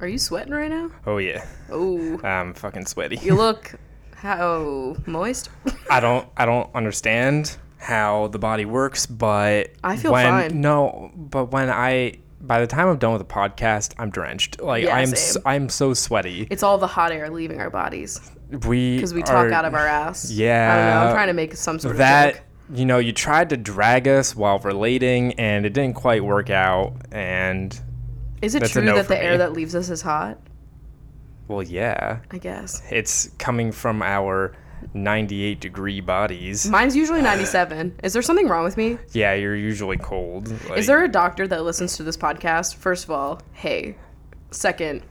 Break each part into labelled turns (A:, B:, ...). A: Are you sweating right now?
B: Oh yeah,
A: Oh,
B: I'm fucking sweaty.
A: you look how moist.
B: I don't I don't understand how the body works, but
A: I feel
B: when,
A: fine.
B: No, but when I by the time I'm done with the podcast, I'm drenched. Like
A: Yeah,
B: I'm s-
A: same.
B: I'm so sweaty.
A: it's all the hot air leaving our bodies
B: we
A: because we
B: are-
A: talk out of our ass. I don't know.
B: Yeah.
A: I'm trying to make some sort of
B: that
A: joke.
B: you know you tried to drag us while relating, and it didn't quite work out. And
A: Is it
B: that's a
A: true
B: no
A: that
B: for
A: the
B: me.
A: air that leaves us is hot?
B: well, yeah,
A: I guess.
B: it's coming from our 98 degree bodies.
A: Mine's usually 97. Is there something wrong with me?
B: yeah, you're usually cold.
A: Is there a doctor that listens to this podcast? First of all, hey. Second,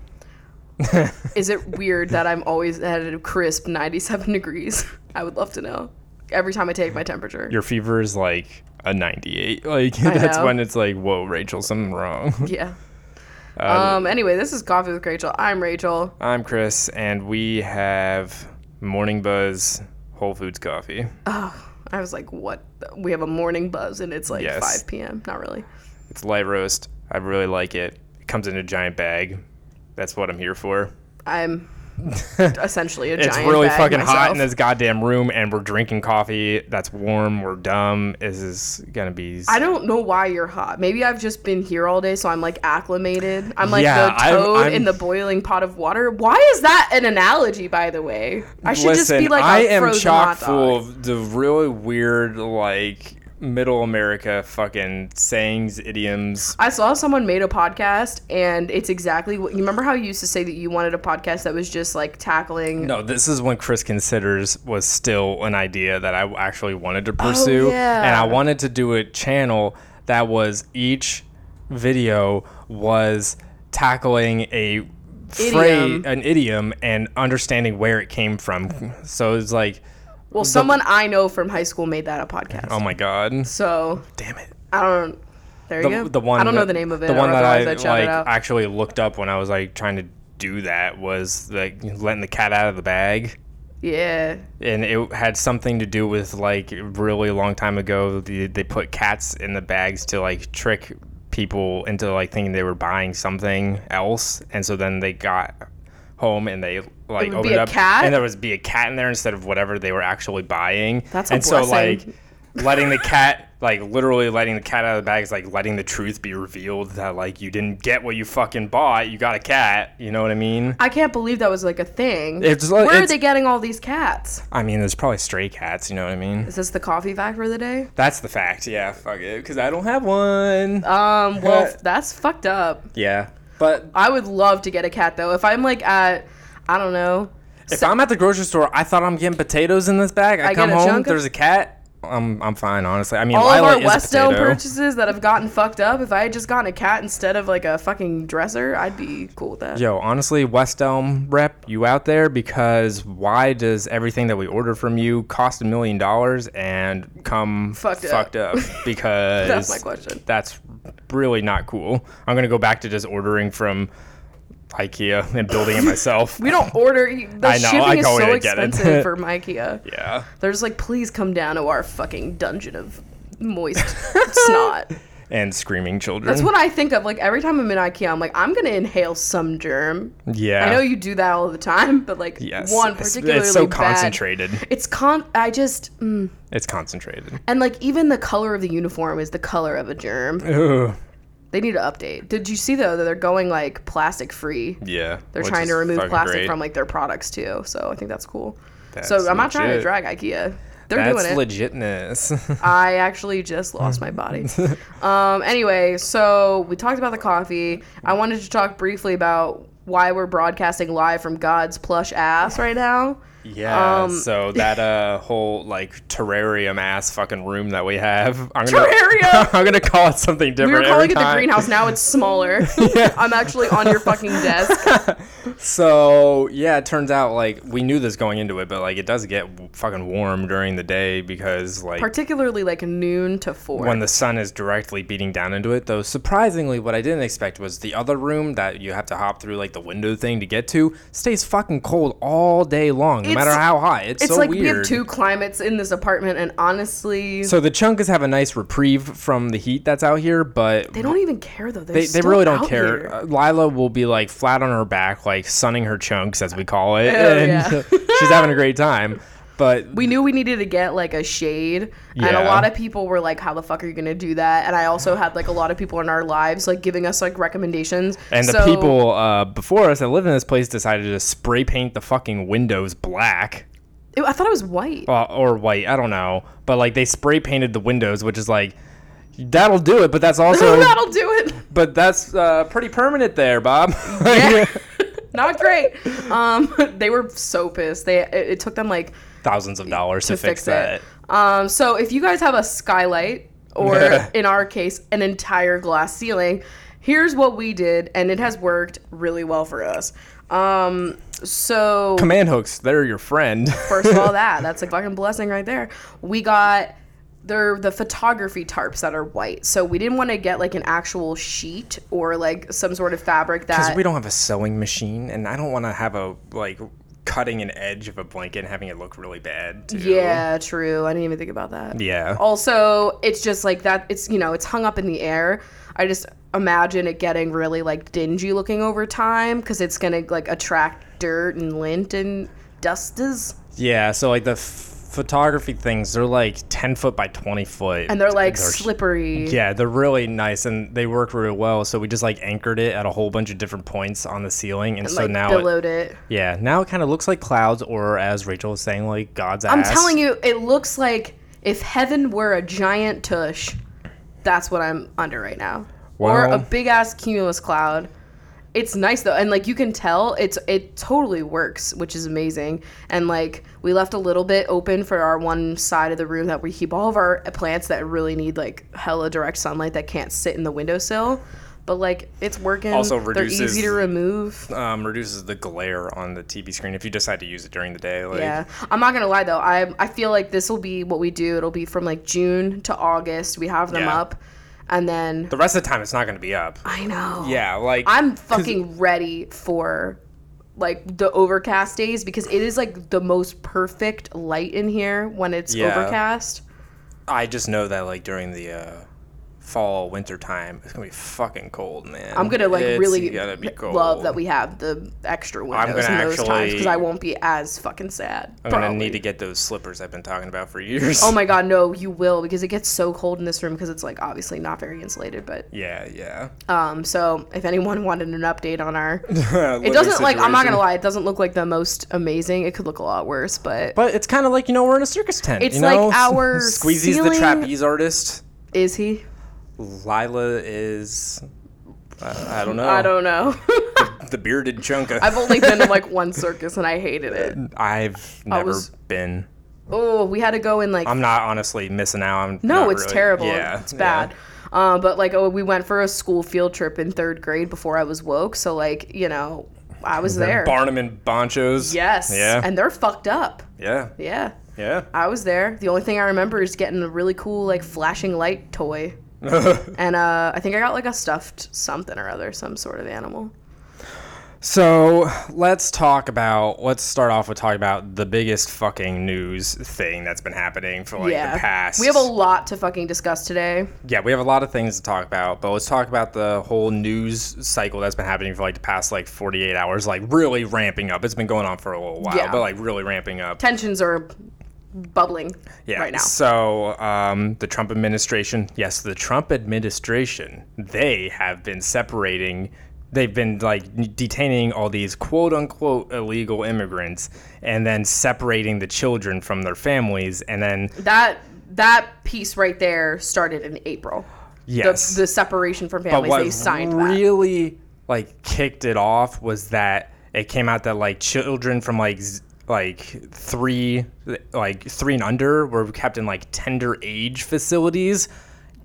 B: there?
A: is it weird that I'm always at a crisp 97 degrees? I would love to know. Every time I take my temperature.
B: your fever is like a 98 like
A: I
B: that's
A: know.
B: when it's like whoa rachel something wrong
A: yeah.
B: Um,
A: Um, anyway, this is Coffee with Rachel. I'm Rachel.
B: i'm chris and we have morning buzz whole foods coffee
A: Oh, I was like, what? the- We have a morning buzz and it's like
B: Yes.
A: 5 p.m. Not really.
B: it's light roast i really like it it comes in a giant bag that's what i'm here for
A: I'm
B: it's
A: essentially a giant
B: really
A: bag
B: fucking
A: myself.
B: hot in this goddamn room and we're drinking coffee that's warm we're dumb this is gonna be
A: I don't know why you're hot. Maybe I've just been here all day, so I'm like acclimated. I'm like
B: Yeah,
A: the
B: I'm-
A: toad
B: I'm-
A: in the boiling pot of water. Why is that an analogy, by the way? I should
B: Listen,
A: just be like,
B: I
A: a
B: am
A: frozen hot
B: chock
A: dog.
B: full of the really weird, like middle America fucking sayings, idioms.
A: I saw someone made a podcast, and it's exactly what you remember how you used to say that you wanted a podcast that was just like tackling.
B: No, this is when Chris Considers was still an idea that I actually wanted to pursue.
A: Oh, yeah.
B: And I wanted to do a channel that was each video was tackling a phrase,
A: Idiom.
B: an idiom, and understanding where it came from. So it's like,
A: well, someone I know from high school made that a podcast.
B: oh my God.
A: so
B: Damn it.
A: I don't. There you
B: the,
A: go.
B: the one
A: I don't know
B: that-
A: the name of it.
B: The one
A: or
B: that I
A: otherwise I'd shout it
B: like
A: out.
B: actually looked up when I was like trying to do that was like letting the cat out of the bag,
A: yeah.
B: and it had something to do with like a really long time ago. The, they put cats in the bags to like trick people into like thinking they were buying something else, and so then they got home and they
A: would
B: like
A: be
B: opened
A: a
B: up
A: cat?
B: and there was be a cat in there instead of whatever they were actually buying.
A: That's a
B: and so
A: blessing.
B: like letting the cat like literally letting the cat out of the bag is like letting the truth be revealed that like you didn't get what you fucking bought you got a cat you know what i mean
A: I can't believe that was like a thing.
B: It's like-
A: Where are
B: it's-
A: they getting all these cats?
B: i mean there's probably stray cats you know what i mean
A: Is this the coffee fact for the day?
B: that's the fact yeah fuck it because i don't have one
A: Um, well, that's fucked up.
B: yeah but
A: I would love to get a cat though. If I'm like at, I don't know,
B: if i'm at the grocery store i thought i'm getting potatoes in this bag i,
A: I
B: come
A: get a
B: home
A: chunk of-
B: theres a cat i'm i'm fine honestly i mean
A: all
B: Lila
A: of our
B: is
A: West
B: a potato
A: Elm purchases that have gotten fucked up. If I had just gotten a cat instead of like a fucking dresser, I'd be cool with that.
B: Yo, honestly, West Elm rep, you out there? Because why does everything that we order from you cost a million dollars and come
A: Fucked up.
B: up? Because
A: That's my question.
B: that's really not cool. I'm gonna go back to just ordering from IKEA and building it myself.
A: We don't order. The
B: I know,
A: shipping
B: I
A: is
B: go in
A: so
B: and get it.
A: expensive for IKEA.
B: yeah,
A: They're just like, please come down to our fucking dungeon of moist snot.
B: and screaming children.
A: That's what I think of. Like every time I'm in IKEA, I'm like, I'm gonna inhale some germ.
B: yeah,
A: I know you do that all the time, but like
B: yes,
A: one
B: It's-
A: particularly
B: It's so
A: bad-
B: concentrated.
A: It's con. I just mm.
B: It's concentrated.
A: and like even the color of the uniform is the color of a germ.
B: Ugh.
A: They need to update. Did you see though that they're going like plastic free?
B: Yeah,
A: They're
B: which
A: trying to
B: is
A: remove
B: fucking
A: plastic
B: great.
A: from like their products too. So I think that's cool. so I'm
B: That's
A: not trying to
B: legit.
A: drag IKEA. They're
B: That's
A: doing it. Uh,
B: legitness.
A: I actually just lost my body. Um, anyway, so we talked about the coffee. I wanted to talk briefly about why we're broadcasting live from God's plush ass right now.
B: Yeah,
A: Um,
B: so that uh whole like terrarium ass fucking room that we have, I'm gonna
A: Terrarium!
B: I'm gonna call it something different.
A: We were calling
B: every
A: it the
B: time.
A: greenhouse. Now it's smaller. I'm actually on your fucking desk.
B: So yeah, it turns out like we knew this going into it, but like it does get w- fucking warm during the day because like
A: Particularly like noon to four.
B: when the sun is directly beating down into it. Though surprisingly, what I didn't expect was the other room that you have to hop through like the window thing to get to stays fucking cold all day long. no matter
A: It's-
B: how hot. It's,
A: It's
B: so
A: like
B: weird.
A: we have two climates in this apartment, and honestly,
B: So the chunkas have a nice reprieve from the heat that's out here, but
A: they don't even care though. They're
B: they, they
A: still
B: really don't
A: out
B: care.
A: here.
B: Uh, Lila will be like flat on her back, like sunning her chunks, as we call it,
A: Oh, yeah.
B: and she's having a great time. But
A: we knew we needed to get like a shade and a
B: Yeah.
A: lot of people were like how the fuck are you gonna do that and i also had like a lot of people in our lives like giving us like recommendations
B: and the
A: So-
B: people uh, before us that live in this place decided to spray paint the fucking windows black.
A: Ew, i thought it was white
B: uh, or white. I don't know, but like they spray painted the windows, which is like that'll do it. But that's also,
A: that'll do it
B: but that's uh, pretty permanent there, Bob.
A: not great um they were so pissed they it, it took them like
B: Thousands of dollars to,
A: to
B: fix,
A: fix,
B: that.
A: it um so if you guys have a skylight or in our case an entire glass ceiling here's what we did and it has worked really well for us um so
B: Command hooks, they're your friend.
A: First of all, that that's a fucking blessing right there. We got they're the photography tarps that are white, so we didn't want to get like an actual sheet or like some sort of fabric
B: Because
A: that.
B: we don't have a sewing machine, and I don't want to have a like cutting an edge of a blanket and having it look really bad. Too.
A: yeah, Oh. true. I didn't even think about that.
B: Yeah.
A: Also, it's just like that. It's you know, it's hung up in the air. I just imagine it getting really like dingy looking over time because it's gonna like attract dirt and lint and dusters.
B: Yeah. So like the. F- Photography things, they're like 10 foot by 20 foot.
A: And they're like
B: They're
A: slippery.
B: Yeah, they're really nice and they work really well. So we just like anchored it at a whole bunch of different points on the ceiling, and, so
A: like
B: now, it,
A: billowed it.
B: yeah, now it kind of looks like clouds, or as Rachel was saying, like God's
A: I'm
B: ass.
A: telling you, it looks like if heaven were a giant tush, that's what I'm under right now. or
B: Well-
A: a big ass cumulus cloud. It's nice though, and like you can tell, it's it totally works, which is amazing. And like we left a little bit open for our one side of the room that we keep all of our plants that really need like hella direct sunlight that can't sit in the windowsill. But like it's working.
B: Also
A: They're
B: reduces-
A: easy to remove.
B: um, reduces the glare on the TV screen if you decide to use it during the day. Like,
A: Yeah, I'm not gonna lie though. I I feel like this will be what we do. It'll be from like June to August. We have them
B: Yeah.
A: up, and then
B: the rest of the time it's not going to be up.
A: I know.
B: Yeah, like
A: I'm fucking ready for like the overcast days because it is like the most perfect light in here when it's
B: Yeah.
A: overcast.
B: I just know that like during the uh, fall winter time it's going to be fucking cold, man.
A: I'm gonna like
B: It's
A: really
B: gonna be cold.
A: love that we have the extra windows in
B: gonna
A: those times because
B: actually-
A: I won't be as fucking sad.
B: I'm going to
A: probably.
B: need to get those slippers I've been talking about for years.
A: Oh my god, no, you will because it gets so cold in this room because it's like obviously not very insulated, but
B: yeah, yeah.
A: Um, so if anyone wanted an update on our, Uh, it
B: it
A: doesn't like I'm not gonna lie, it doesn't look like the most amazing. It could look a lot worse, but,
B: But it's kind of like you know we're in a circus tent.
A: It's
B: you know?
A: like our
B: Squeezy's the
A: ceiling-
B: trapeze artist.
A: is he?
B: Lila is uh, I I don't know.
A: I don't know.
B: the bearded chunka.
A: I've only been to like one circus and I hated it.
B: I've never
A: was-
B: been.
A: Oh, we had to go in like
B: I'm not honestly missing out. I'm
A: no,
B: not
A: it's
B: really-
A: terrible.
B: Yeah,
A: it's bad.
B: yeah.
A: Uh, but like oh, we went for a school field trip in third grade before I was woke, so like you know I was there.
B: Barnum and Bonchos.
A: yes,
B: Yeah.
A: and they're fucked up.
B: yeah.
A: Yeah,
B: Yeah.
A: I was there. The only thing I remember is getting a really cool like flashing light toy. And uh, I think I got like a stuffed something or other, some sort of animal.
B: So let's talk about. Let's start off with talking about the biggest fucking news thing that's been happening for like
A: yeah.
B: the past.
A: We have a lot to fucking discuss today.
B: Yeah, we have a lot of things to talk about, but let's talk about the whole news cycle that's been happening for like the past like 48 hours, like really ramping up. It's been going on for a little while,
A: Yeah.
B: but like really ramping up.
A: Tensions are bubbling
B: Yeah.
A: right now.
B: So, um, the Trump administration, yes, the Trump administration, they have been separating, they've been like detaining all these quote unquote illegal immigrants and then separating the children from their families. And then,
A: That that piece right there started in April.
B: yes.
A: The, the separation from
B: But
A: families,
B: what
A: they signed that.
B: really like kicked it off was that it came out that like children from like z- like three like three and under were kept in like tender age facilities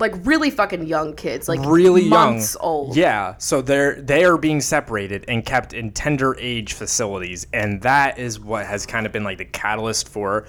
A: Like really fucking young kids, like
B: really
A: months
B: young
A: old.
B: yeah so they're they are being separated and kept in tender age facilities and that is what has kind of been like the catalyst for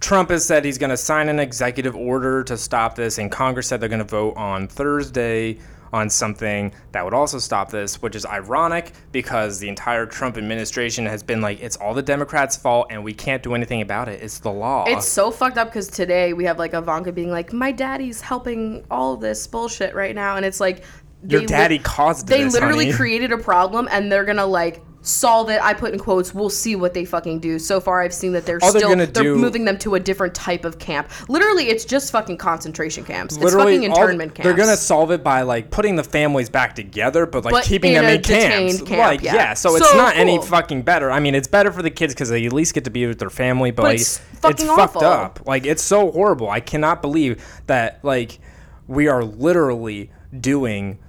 B: Trump has said he's going to sign an executive order to stop this, and Congress said they're going to vote on Thursday on something that would also stop this, which is ironic because the entire Trump administration has been like, it's all the Democrats' fault and we can't do anything about it. It's the law.
A: It's so fucked up because today we have like Ivanka being like, "My daddy's helping all this bullshit right now," and it's like,
B: Your
A: they
B: daddy caused
A: They
B: this,
A: literally
B: honey.
A: created a problem, and they're gonna like solve it. I put in quotes. We'll see what they fucking do. So far, I've seen that they're
B: All they're
A: still
B: gonna
A: they're
B: do-
A: moving them to a different type of camp. Literally, it's just fucking concentration camps.
B: Literally,
A: it's fucking
B: all-
A: internment camps.
B: They're gonna solve it by like putting the families back together, but like
A: But
B: keeping
A: in
B: them
A: a
B: in camps.
A: detained camp,
B: like,
A: yeah.
B: so, it's
A: So
B: not any
A: cool.
B: fucking better. I mean, it's better for the kids because they at least get to be with their family, but,
A: But
B: like,
A: it's
B: it's,
A: fucking
B: fucked
A: awful.
B: up. Like, it's so horrible. I cannot believe that like we are literally doing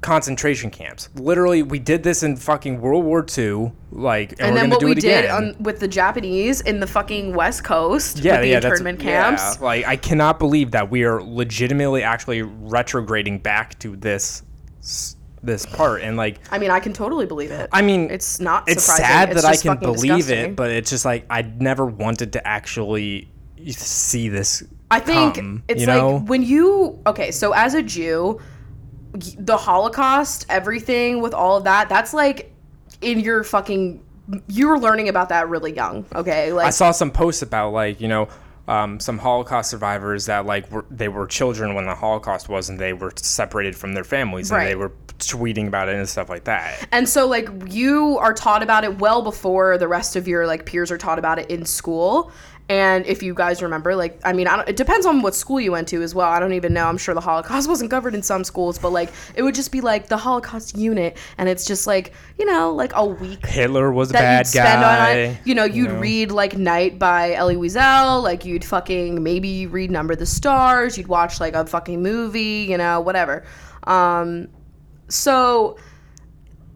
B: concentration camps. Literally, we did this in fucking World War II. Like, and,
A: and
B: we're
A: then
B: gonna
A: what
B: do
A: we
B: it
A: did
B: again.
A: on, with the Japanese in the fucking West Coast with the
B: that's-
A: internment camps.
B: yeah, like I cannot believe that we are legitimately actually retrograding back to this s- this part and like
A: I mean, I can totally believe it.
B: I mean
A: it's not.
B: it's
A: surprising.
B: sad
A: It's
B: that I
A: just
B: can
A: fucking
B: believe
A: disgusting.
B: it, but it's just like I never wanted to actually see this.
A: I think
B: come,
A: it's
B: you
A: like
B: know?
A: when you okay, so as a Jew, y- the Holocaust, everything with all of that, that's like in your fucking you're learning about that really young, okay?
B: I
A: Like
B: saw some posts about like you know um, some Holocaust survivors that like were, they were children when the Holocaust was and they were separated from their families and they
A: Right.
B: were tweeting about it and stuff like that.
A: and so like you are taught about it well before the rest of your like peers are taught about it in school. And if you guys remember, like, I mean, I don't, it depends on what school you went to as well. I don't even know. I'm sure the Holocaust wasn't covered in some schools, but like, it would just be like the Holocaust unit, and it's just like, you know, like a week
B: Hitler was a
A: that
B: bad
A: you'd spend
B: guy.
A: on it. You know, you'd
B: know?
A: read like Night by Elie Wiesel, like you'd fucking maybe read Number of the Stars, you'd watch like a fucking movie, you know, whatever. Um, so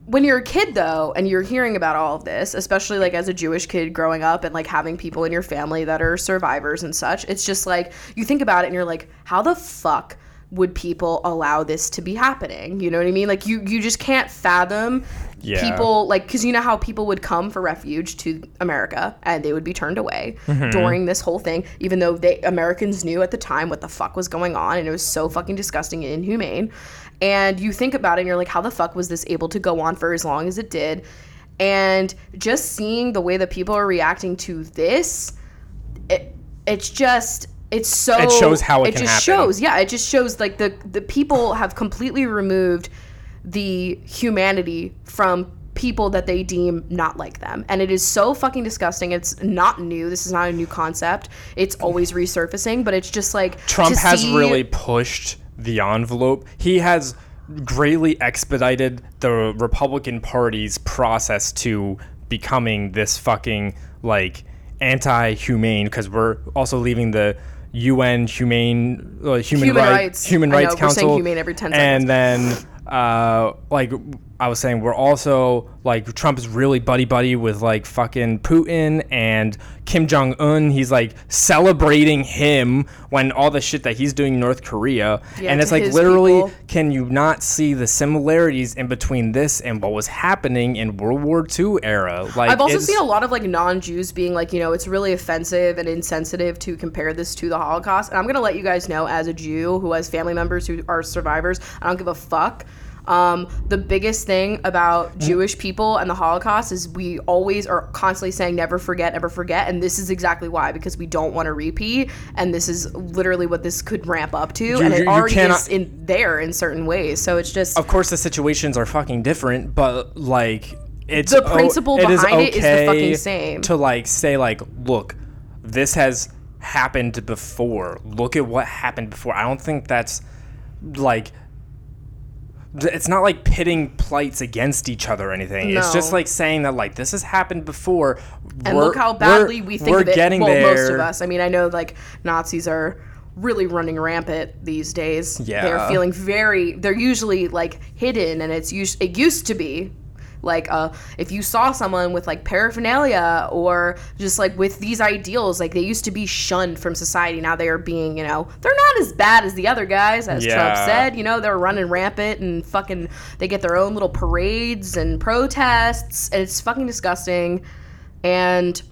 A: when you're a kid though and you're hearing about all of this especially like as a jewish kid growing up and like having people in your family that are survivors and such it's just like you think about it and you're like how the fuck would people allow this to be happening you know what i mean like you you just can't fathom
B: Yeah.
A: people like because you know how people would come for refuge to america and they would be turned away
B: Mm-hmm.
A: during this whole thing even though they americans knew at the time what the fuck was going on and it was so fucking disgusting and inhumane and you think about it and you're like how the fuck was this able to go on for as long as it did and just seeing the way that people are reacting to this it it's just it's so
B: It shows how it can
A: just
B: happen.
A: shows yeah it just shows like the the people have completely removed the humanity from people that they deem not like them and it is so fucking disgusting it's not new this is not a new concept it's always resurfacing but it's just like
B: Trump
A: to
B: has
A: see-
B: really pushed the envelope. He has greatly expedited the Republican Party's process to becoming this fucking like anti-humane because we're also leaving the UN humane uh, human,
A: Human
B: Right-
A: rights.
B: human
A: I know,
B: rights
A: we're saying
B: council
A: humane every 10 seconds.
B: and then uh like I was saying we're also like Trump is really buddy buddy with like fucking Putin and Kim Jong Un. He's like celebrating him when all the shit that he's doing in North Korea.
A: Yeah,
B: and it's
A: to
B: like
A: his
B: literally
A: people.
B: can you not see the similarities in between this and what was happening in World War II era? Like
A: I've also
B: it's-
A: seen a lot of like non-Jews being like, you know, it's really offensive and insensitive to compare this to the Holocaust. And I'm gonna let you guys know, as a Jew who has family members who are survivors, I don't give a fuck. Um, the biggest thing
B: Mm.
A: about Jewish people and the Holocaust is we always are constantly saying never forget, never forget, and this is exactly why because we don't want to repeat, and this is literally what this could ramp up to, and
B: you-
A: it
B: you
A: already
B: cannot-
A: is in there in certain ways. So it's just
B: of course the situations are fucking different, but like it's
A: The
B: o-
A: principle
B: is
A: behind it is the
B: okay
A: fucking same.
B: To like say like, look, this has happened before. Look at what happened before. I don't think that's like th- it's not like pitting plights against each other or anything. It's just
A: No.
B: like saying that like this has happened before.
A: and
B: We're-
A: look how
B: we're-
A: badly we think
B: we're
A: of it.
B: getting
A: well,
B: there.
A: most of us. I mean, I know like Nazis are really running rampant these days.
B: Yeah.
A: they're feeling very. They're usually like hidden, and it's us- it used to be like uh, if you saw someone with like paraphernalia or just like with these ideals, like they used to be shunned from society. Now they are being, you know, they're not as bad as the other guys, as Trump
B: Yeah.
A: said. You know, they're running rampant and fucking. They get their own little parades and protests, and it's fucking disgusting and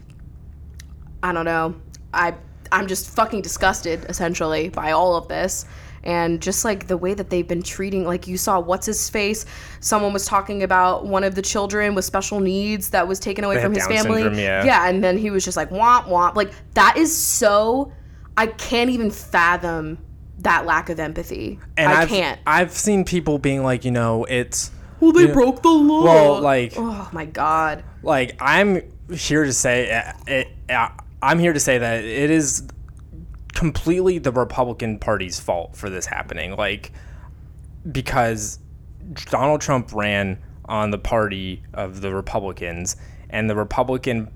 A: I don't know. I I'm just fucking disgusted essentially by all of this. And just like the way that they've been treating, like you saw, what's his face? Someone was talking about one of the children with special needs that was taken away
B: They
A: from
B: had
A: his
B: Down
A: family.
B: syndrome, yeah.
A: and then he was just like womp womp. Like that is so. I can't even fathom that lack of empathy.
B: And
A: I
B: have
A: can't.
B: I've seen people being like, you know, it's
A: Well, they broke the law.
B: Well, like-
A: oh my god.
B: like I'm here to say uh, it. uh, I'm here to say that it is completely the Republican Party's fault for this happening. Like because Donald Trump ran on the party of the Republicans, and the Republican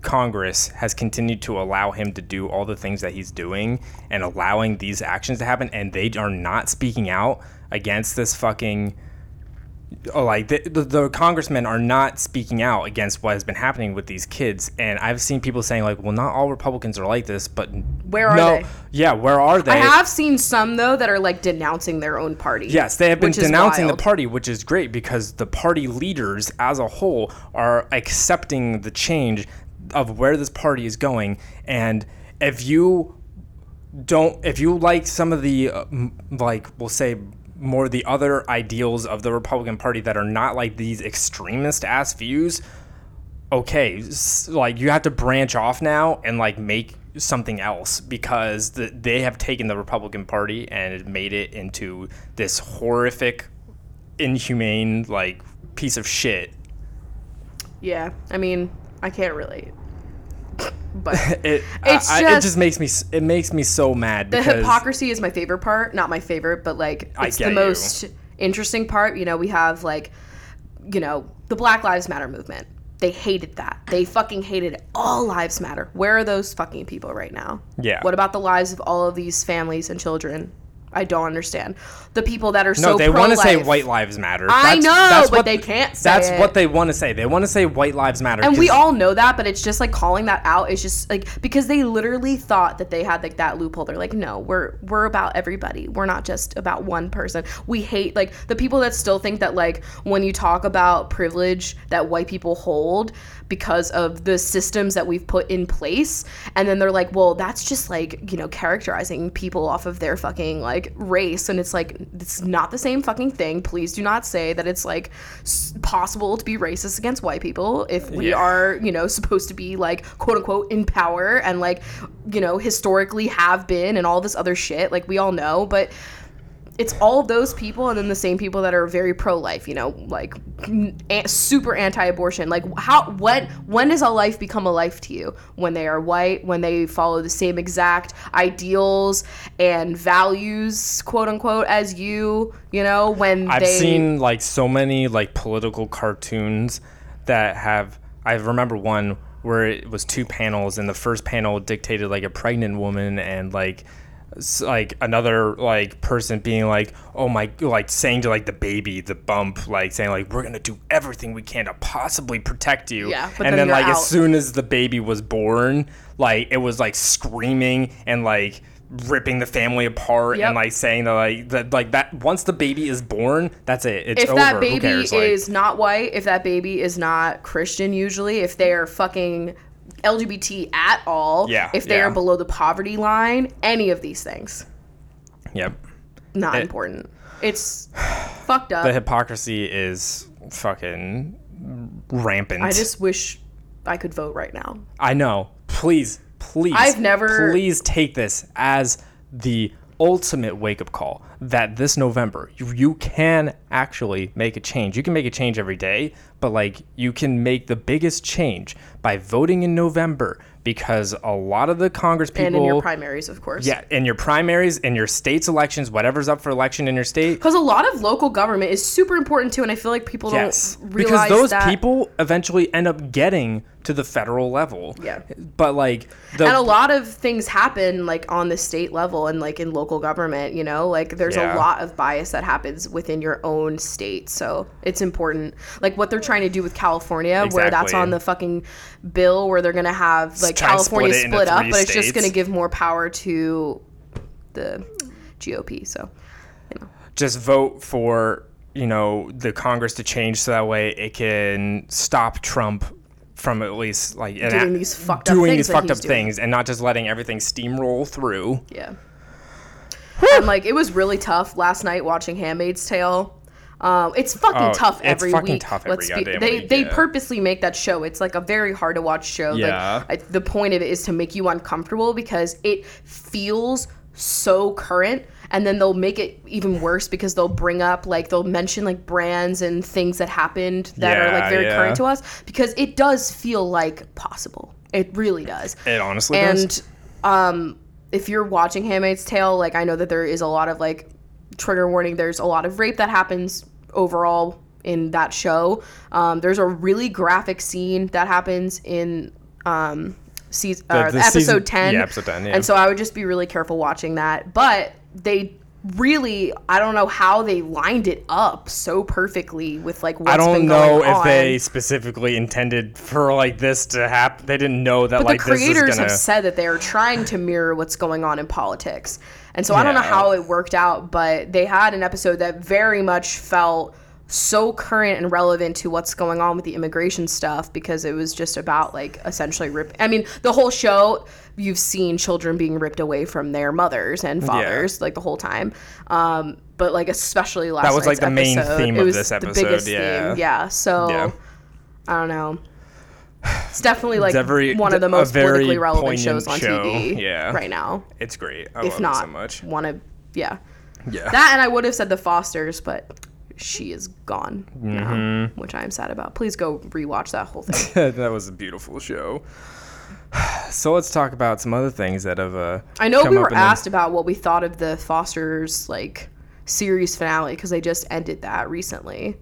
B: Congress has continued to allow him to do all the things that he's doing and allowing these actions to happen, and they are not speaking out against this fucking. oh, Like the, the, the congressmen are not speaking out against what has been happening with these kids, and I've seen people saying like, "Well, not all Republicans are like this," but
A: Where are
B: no,
A: they?
B: Yeah, where are they?
A: I have seen some though that are like denouncing their own party.
B: Yes, they have been
A: which is
B: denouncing the
A: wild.
B: party, which is great because the party leaders as a whole are accepting the change of where this party is going. And if you don't, if you like some of the, uh, m- like, we'll say, more the other ideals of the Republican Party that are not like these extremist ass views, okay, s- like you have to branch off now and like make something else because the, they have taken the Republican Party and made it into this horrific, inhumane like piece of shit.
A: Yeah. I mean, I can't relate. But
B: It
A: It's
B: I- I- it
A: just-
B: just makes me s- it makes me so mad
A: the
B: because
A: hypocrisy is my favorite part. Not my favorite, but like
B: I
A: it's
B: get
A: the
B: you.
A: most interesting part. You know, we have like, you know, the Black Lives Matter movement. They hated that. They fucking hated all lives matter. Where are those fucking people right now?
B: Yeah.
A: What about the lives of all of these families and children? I don't understand. The people that are
B: no,
A: so
B: they want to say
A: pro-life.
B: white lives matter.
A: I
B: That's-
A: know,
B: that's
A: but
B: what-
A: they can't say
B: That's
A: it.
B: what they want to say. They want to say white lives matter.
A: And we
B: 'cause-
A: all know that, but it's just like calling that out is just like because they literally thought that they had like that loophole. They're like, no, we're we're about everybody. We're not just about one person. We hate like the people that still think that like when you talk about privilege that white people hold because of the systems that we've put in place, and then they're like, well, that's just like you know characterizing people off of their fucking like race, and it's like it's not the same fucking thing. Please do not say that it's like s- possible to be racist against white people if we
B: Yeah.
A: are you know supposed to be like quote unquote in power and like you know historically have been and all this other shit like we all know but it's all of those people and then the same people that are very pro-life you know like n- a- super anti-abortion like how what when does a life become a life to you when they are white when they follow the same exact ideals and values quote unquote as you you know when
B: I've
A: they
B: seen like so many like political cartoons that have. I remember one where it was two panels, and the first panel dictated like a pregnant woman and like s- like another like person being like oh my like saying to like the baby the bump like saying like we're gonna do everything we can to possibly protect you
A: Yeah, but
B: and
A: then
B: then,
A: you're
B: like
A: out.
B: as soon as the baby was born like it was like screaming and like ripping the family apart
A: Yep.
B: and like saying that like that like that once the baby is born, that's it. It's
A: if
B: over.
A: that
B: Who
A: baby
B: cares? Like,
A: is not white, if that baby is not Christian, usually, if they are fucking LGBT at all,
B: Yeah,
A: if they
B: yeah.
A: are below the poverty line, any of these things,
B: yep.
A: not important. It's fucked up.
B: The hypocrisy is fucking rampant.
A: I just wish I could vote right now.
B: I know. Please, please.
A: I've never-
B: Please take this as the ultimate wake up call that this November you, you can actually make a change. You can make a change every day, but like you can make the biggest change by voting in November because a lot of the Congress people
A: And in your primaries, of course.
B: Yeah, in your primaries, in your state's elections, whatever's up for election in your state.
A: Because a lot of local government is super important too, and I feel like people
B: Yes,
A: don't realize
B: because those
A: that.
B: people eventually end up getting to the federal level.
A: Yeah.
B: but like the
A: and a lot of things happen like on the state level and like in local government you know like there's
B: Yeah.
A: a lot of bias that happens within your own state so it's important like what they're trying to do with california where that's
B: Exactly.
A: on the fucking bill where they're gonna have like
B: try and
A: california
B: split it
A: split,
B: into
A: up
B: three
A: but it's just
B: states.
A: gonna give more power to the gop so
B: just vote for you know the Congress to change so that way it can stop Trump from at least like an
A: Doing
B: act-
A: these fucked up
B: doing
A: things
B: these
A: that
B: fucked
A: he's
B: up
A: doing.
B: things and not just letting everything steamroll through.
A: Yeah. And like it was really tough last night watching Handmaid's Tale. Um, it's fucking
B: Oh,
A: tough
B: it's
A: every
B: fucking
A: week.
B: tough every
A: be-
B: goddamn
A: they
B: week,
A: they
B: yeah.
A: purposely make that show. It's like a very hard to watch show.
B: Yeah.
A: Like I, the point of it is to make you uncomfortable because it feels so current and then they'll make it even worse because they'll bring up like they'll mention like brands and things that happened that are like
B: Yeah,
A: very
B: yeah.
A: current to us because it does feel like possible. It really does
B: It honestly does.
A: and um, if you're watching Handmaid's Tale, like I know that there is a lot of like trigger warning. There's a lot of rape that happens overall in that show. Um, there's a really graphic scene that happens in um, season uh,
B: the
A: episode
B: season-
A: ten.
B: yeah, episode 10, yeah.
A: And so I would just be really careful watching that. But they really, I don't know how they lined it up so perfectly with like what's
B: I
A: been
B: don't
A: going
B: know if
A: on.
B: they specifically intended for like this to happen. They didn't know that
A: But
B: like
A: the
B: this is
A: creators
B: gonna.
A: have said that they are trying to mirror what's going on in politics. And so I don't know
B: Yeah.
A: how it worked out, but they had an episode that very much felt so current and relevant to what's going on with the immigration stuff because it was just about like essentially rip I mean, the whole show you've seen children being ripped away from their mothers and fathers like the whole time. Um but like especially last
B: That was, like,
A: night's
B: the main
A: episode,
B: theme
A: it
B: of
A: was
B: this
A: the
B: episode,
A: biggest
B: yeah.
A: theme. Yeah. So
B: Yeah.
A: I don't know. It's definitely like
B: It's a very-
A: one of the
B: a
A: most
B: very
A: politically relevant
B: poignant
A: shows on
B: show,
A: TV
B: yeah.
A: right now.
B: it's great. I
A: If
B: love
A: not,
B: it so much.
A: want to yeah.
B: Yeah.
A: That and I would have said the Fosters, but she is gone now,
B: Mm-hmm.
A: which I am sad about. Please go rewatch that whole thing.
B: that was a beautiful show. So let's talk about some other things that have. Uh,
A: I know
B: come
A: we
B: up
A: were
B: in the-
A: asked about what we thought of the Fosters like series finale because they just ended that recently.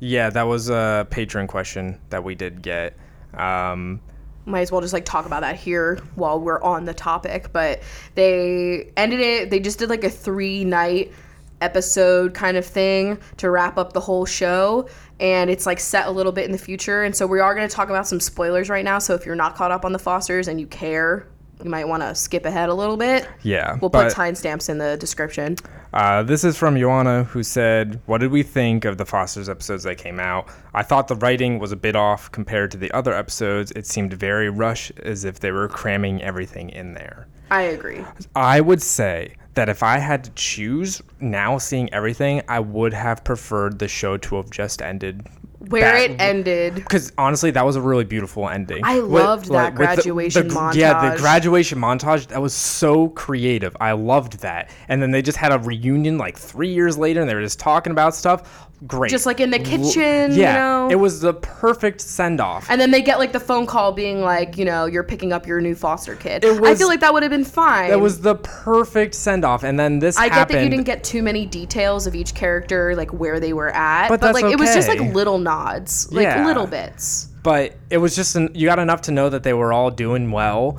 B: yeah, that was a patron question that we did get. Um,
A: might as well just like talk about that here while we're on the topic but they ended it they just did like a three night episode kind of thing to wrap up the whole show and it's like set a little bit in the future and so we are going to talk about some spoilers right now so if you're not caught up on the fosters and you care you might want to skip ahead a little bit
B: yeah,
A: we'll
B: but
A: put timestamps in the description
B: Uh, this is from Joanna, who said, What did we think of the Foster's episodes that came out? I thought the writing was a bit off compared to the other episodes. It seemed very rushed, as if they were cramming everything in there.
A: i agree
B: I would say that if I had to choose now, seeing everything, I would have preferred the show to have just ended.
A: where
B: back-
A: it ended
B: because honestly, that was a really beautiful ending.
A: I
B: With-
A: loved that
B: with the-
A: graduation
B: the, Yeah,
A: montage.
B: the graduation montage that was so creative. I loved that. And then they just had a reunion like three years later, and they were just talking about stuff. Great.
A: just like in the
B: L-
A: kitchen you
B: yeah,
A: know
B: it was the perfect send off.
A: And then they get like the phone call being like, you know, you're picking up your new foster kid. I
B: was-
A: feel like that would have been fine.
B: It was the perfect send off, and then this
A: I get
B: happened.
A: that you didn't get too many details of each character, like where they were at, but,
B: But
A: like
B: that's
A: it was just like
B: okay.
A: little nods, like
B: Yeah.
A: little bits.
B: but it was just an, you got enough to know that they were all doing well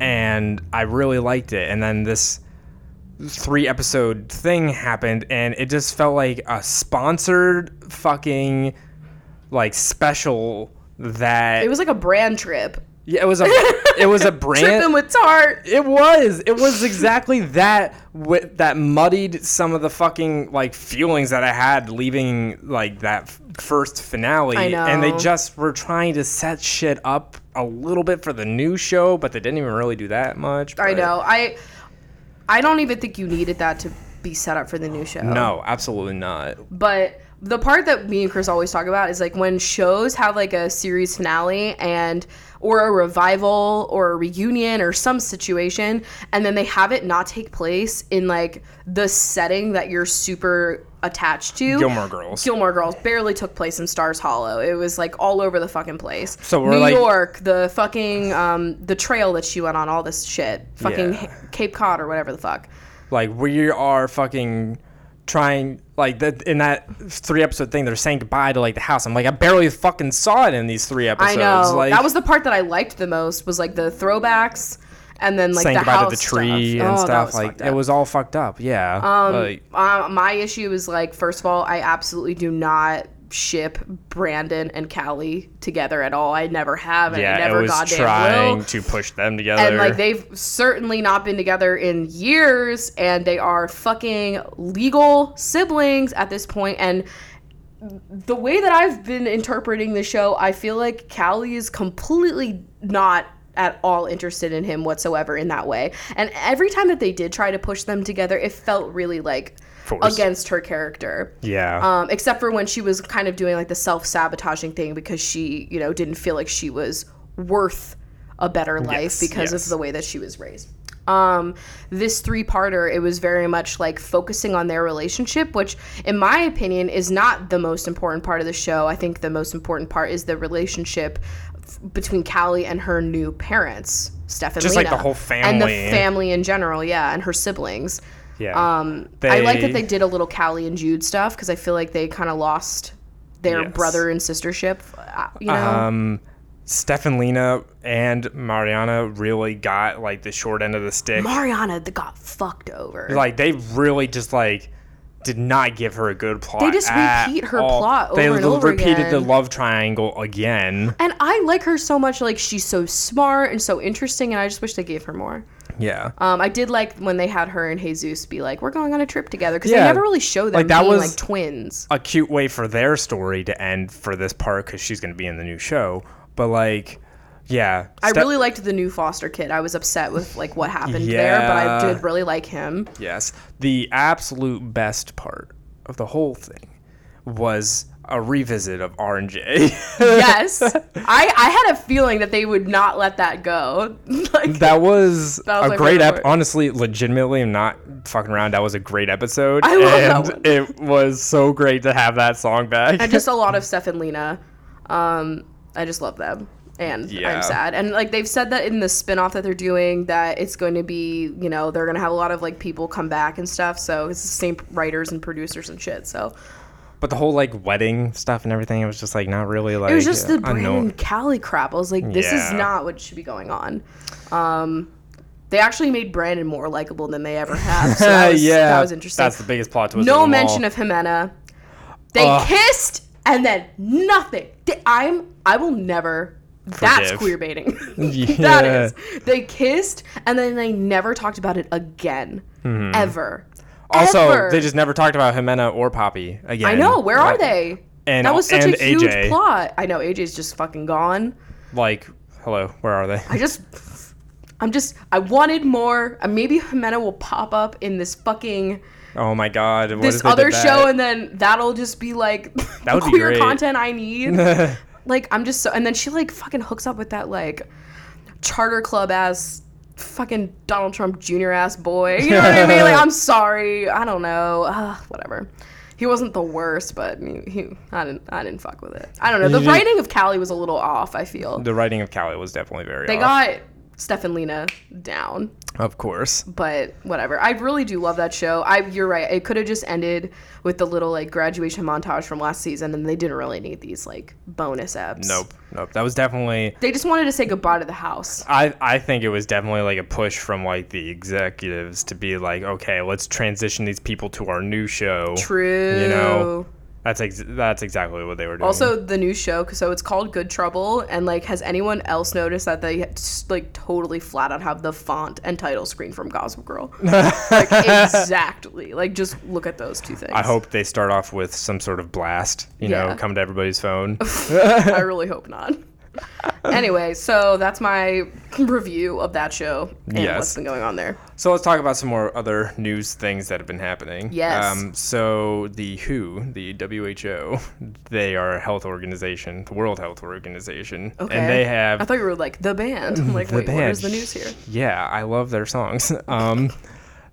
B: and i really liked it and then this three episode thing happened and it just felt like a sponsored fucking like special that
A: It was like a brand trip,
B: yeah, it was a it was a brand
A: tripping with Tart.
B: it was. It was exactly that wi- that muddied some of the fucking like feelings that I had leaving like that f- first finale.
A: I know.
B: And they just were trying to set shit up a little bit for the new show, but they didn't even really do that much.
A: I
B: but-
A: know. I I don't even think you needed that to be set up for the new show.
B: No, absolutely not.
A: But the part that me and Chris always talk about is like when shows have like a series finale and or a revival or a reunion or some situation and then they have it not take place in like the setting that you're super attached to.
B: Gilmore Girls.
A: Gilmore Girls barely took place in Stars Hollow. It was like all over the fucking place.
B: So we're
A: New
B: like-
A: York, the fucking um the trail that she went on, all this shit. Fucking
B: Yeah.
A: Cape Cod or whatever the fuck.
B: Like we are fucking trying like that in that three episode thing they're saying goodbye to like the house i'm like i barely fucking saw it in these three
A: I
B: episodes
A: know
B: like
A: that was the part that I liked the most was like the throwbacks and then like
B: saying
A: the
B: goodbye
A: house
B: to the tree
A: stuff.
B: and
A: Oh, that
B: stuff
A: was
B: like
A: fucked
B: it
A: up.
B: was all fucked up yeah like,
A: Uh, my issue is like first of all, I absolutely do not ship Brandon and Callie together at all. I never have, and I
B: yeah
A: never
B: it was
A: goddamn
B: trying
A: will.
B: to push them together
A: And like they've certainly not been together in years, and they are fucking legal siblings at this point, and the way that I've been interpreting the show, I feel like Callie is completely not at all interested in him whatsoever in that way. And every time that they did try to push them together, it felt really like
B: Forced.
A: against her character.
B: Yeah.
A: Um, except for when she was kind of doing like the self sabotaging thing because she, you know, didn't feel like she was worth a better life
B: Yes,
A: because
B: yes.
A: of the way that she was raised. Um, this three parter, it was very much like focusing on their relationship, which, in my opinion, is not the most important part of the show. I think the most important part is the relationship f- between Callie and her new parents, Steph and
B: Just, like,
A: Lena.
B: the whole
A: and
B: family.
A: the family in general, yeah, and her siblings.
B: yeah.
A: Um, I like that
B: They-
A: they did a little Callie and Jude stuff because I feel like they kind of lost their
B: Yes.
A: brother and sistership. uh, You know,
B: um, Stefan Lena and Mariana really got like the short end of the stick.
A: Mariana that got fucked over.
B: like they really just like did not give her a good plot.
A: They just
B: at
A: repeat her
B: all.
A: plot
B: They
A: over and over
B: repeated the
A: again.
B: love triangle again.
A: and I like her so much. Like she's so smart and so interesting, and I just wish they gave her more.
B: Yeah.
A: Um, I did like when they had her and Jesus be like, "We're going on a trip together," because
B: Yeah.
A: they never really show them
B: Like, that
A: being
B: was-
A: like twins.
B: a cute way for their story to end for this part because she's going to be in the new show. But like, yeah,
A: I
B: Ste-
A: really liked the new foster kid. I was upset with like what happened there, but
B: Yeah.
A: I did really like him.
B: yes. The absolute best part of the whole thing was a revisit of R and J.
A: yes. I, I had a feeling that they would not let that go. like,
B: That was,
A: That was
B: a
A: my
B: great
A: favorite
B: ep.
A: part.
B: Honestly, legitimately, I'm not fucking around. That was a great episode,
A: I love that one.
B: and it was so great to have that song back.
A: and just a lot of Steph and Lena. Um, I just love them. And
B: Yeah.
A: I'm sad. And like they've said that in the spin-off that they're doing that it's going to be, you know, they're going to have a lot of like people come back and stuff. So it's the same writers and producers and shit. So
B: but the whole like wedding stuff and everything, it was just like not really like
A: it was just the
B: I know-
A: Brandon Cali crap. I was like, this is
B: Yeah.
A: not what should be going on. Um, they actually made Brandon more likable than they ever have. So that was,
B: yeah,
A: that was interesting.
B: That's the biggest plot twist.
A: no
B: of them all.
A: mention of Jimena. They
B: Ugh.
A: kissed and then nothing. Th- I'm I will never. That's
B: Forgive.
A: queer baiting. that
B: Yeah.
A: is. They kissed and then they never talked about it again, ever.
B: Hmm. Also,
A: Ever.
B: they just never talked about Jimena or Poppy again.
A: I know. Where
B: like,
A: are they?
B: And
A: that was such
B: and
A: a huge
B: AJ,
A: plot. I know AJ's just fucking gone.
B: Like, hello, where are they?
A: I just, I'm just, I wanted more. Uh, Maybe Jimena will pop up in this fucking
B: Oh my god! What if
A: this
B: they did
A: other
B: that?
A: show, and then that'll just be like
B: That would be
A: queer
B: great.
A: content I need. like I'm just so, and then she like fucking hooks up with that like charter club ass fucking Donald Trump Jr. ass boy. You know what I mean? Like I'm sorry, I don't know, uh, whatever. He wasn't the worst, but he, he I didn't I didn't fuck with it. I don't know. The
B: Yeah.
A: writing of Callie was a little off. I feel
B: the writing of Callie was definitely very.
A: they
B: off,
A: got Steph and Lena down
B: of course.
A: but whatever. I really do love that show. I you're right. It could have just ended with the little like graduation montage from last season, and they didn't really need these like bonus eps.
B: Nope, nope. That was definitely.
A: They just wanted to say goodbye to the house.
B: I, I think it was definitely like a push from like the executives to be like okay let's transition these people to our new show
A: True.
B: you know that's ex- that's exactly what they were doing
A: Also, the new show, 'cause- so it's called Good Trouble, and like, has anyone else noticed that they just, like totally flat out have the font and title screen from Gossip Girl? like exactly. Like, just look at those two things.
B: I hope they start off with some sort of blast you know
A: Yeah.
B: come to everybody's phone
A: I really hope not. anyway, so that's my review of that show and
B: Yes.
A: what's been going on there.
B: So let's talk about some more other news things that have been happening. Um,
A: Yes.
B: so the WHO, the WHO, they are a health organization, the World Health Organization, and they have Mm,
A: I thought you were like the band. I'm like,
B: the
A: wait,
B: band.
A: where's the news here?
B: Yeah, I love their songs. Um,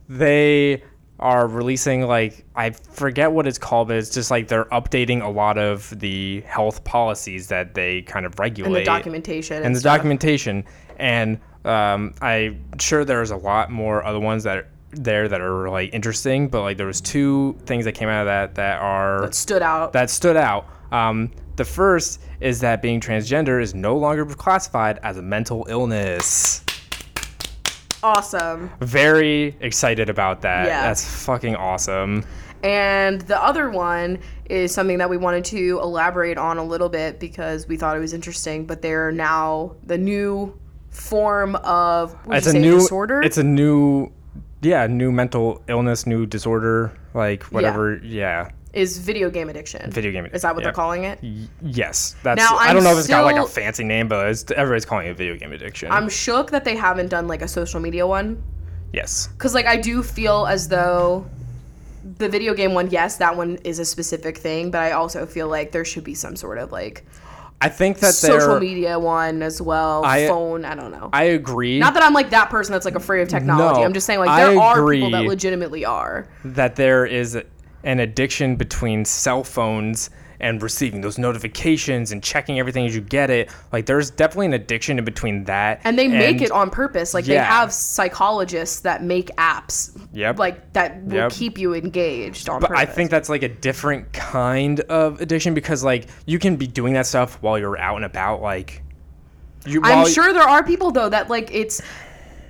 B: they are releasing like I forget what it's called, but it's just like they're updating a lot of the health policies that they kind of regulate
A: And the documentation. And
B: and the documentation and um, i'm sure there's a lot more other ones that are there that are like interesting but like there was two things that came out of that that are
A: stood out.
B: that stood out um, the first is that being transgender is no longer classified as a mental illness
A: awesome.
B: very excited about that
A: Yeah.
B: that's fucking awesome
A: And the other one is something that we wanted to elaborate on a little bit because we thought it was interesting, but they're now the new form of what
B: it's
A: you
B: a
A: say,
B: new
A: disorder.
B: it's a new yeah new mental illness new disorder like whatever yeah,
A: is video game addiction.
B: Video game addiction,
A: Is that what they're
B: yeah.
A: calling it?
B: Y- yes, that's.
A: Now,
B: I don't
A: I'm
B: know if it's got like a
A: still-
B: fancy name, but it's, everybody's calling it video game addiction.
A: I'm shook that they haven't done like a social media one
B: yes,
A: because like I do feel as though the video game one, yes, that one is a specific thing, but I also feel like there should be some sort of like
B: I think that
A: social
B: they're.
A: media one as well.
B: I-
A: phone, I don't know.
B: I agree
A: Not that I'm like that person that's like afraid of technology. I'm just saying like
B: I
A: there are people that
B: agree.
A: legitimately are.
B: that there is an addiction between cell phones and receiving those notifications and checking everything as you get it. Like there's definitely an addiction in between that.
A: And they make it on purpose. Like they
B: Yeah.
A: have psychologists that make apps
B: Yep.
A: like that will
B: Yep.
A: keep you engaged on
B: But
A: purpose.
B: I think that's like a different kind of addiction because like you can be doing that stuff while you're out and about. Like you,
A: I'm
B: while-
A: sure there are people though that like it's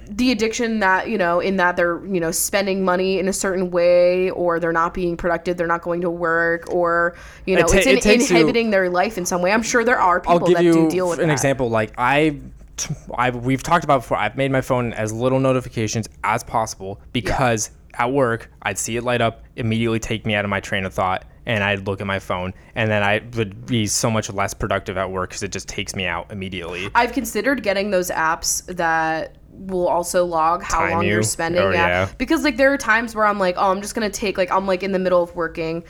A: the addiction that you know in that they're you know spending money in a certain way or they're not being productive they're not going to work or you know
B: ta-
A: it's in,
B: it takes you-
A: inhibiting their life in some way i'm sure there are people
B: I'll give
A: that
B: you
A: do deal with
B: an
A: that.
B: example. Like I, t- I we've talked about before. I've made my phone as little notifications as possible because at work I'd see it light up, immediately take me out of my train of thought, and I'd look at my phone, and then I would be so much less productive at work because it just takes me out immediately.
A: I've considered getting those apps that will also log how
B: Time
A: long you. are
B: you?
A: spending.
B: Oh,
A: yeah.
B: yeah.
A: Because like there are times where I'm like, oh, I'm just gonna take like I'm like in the middle of working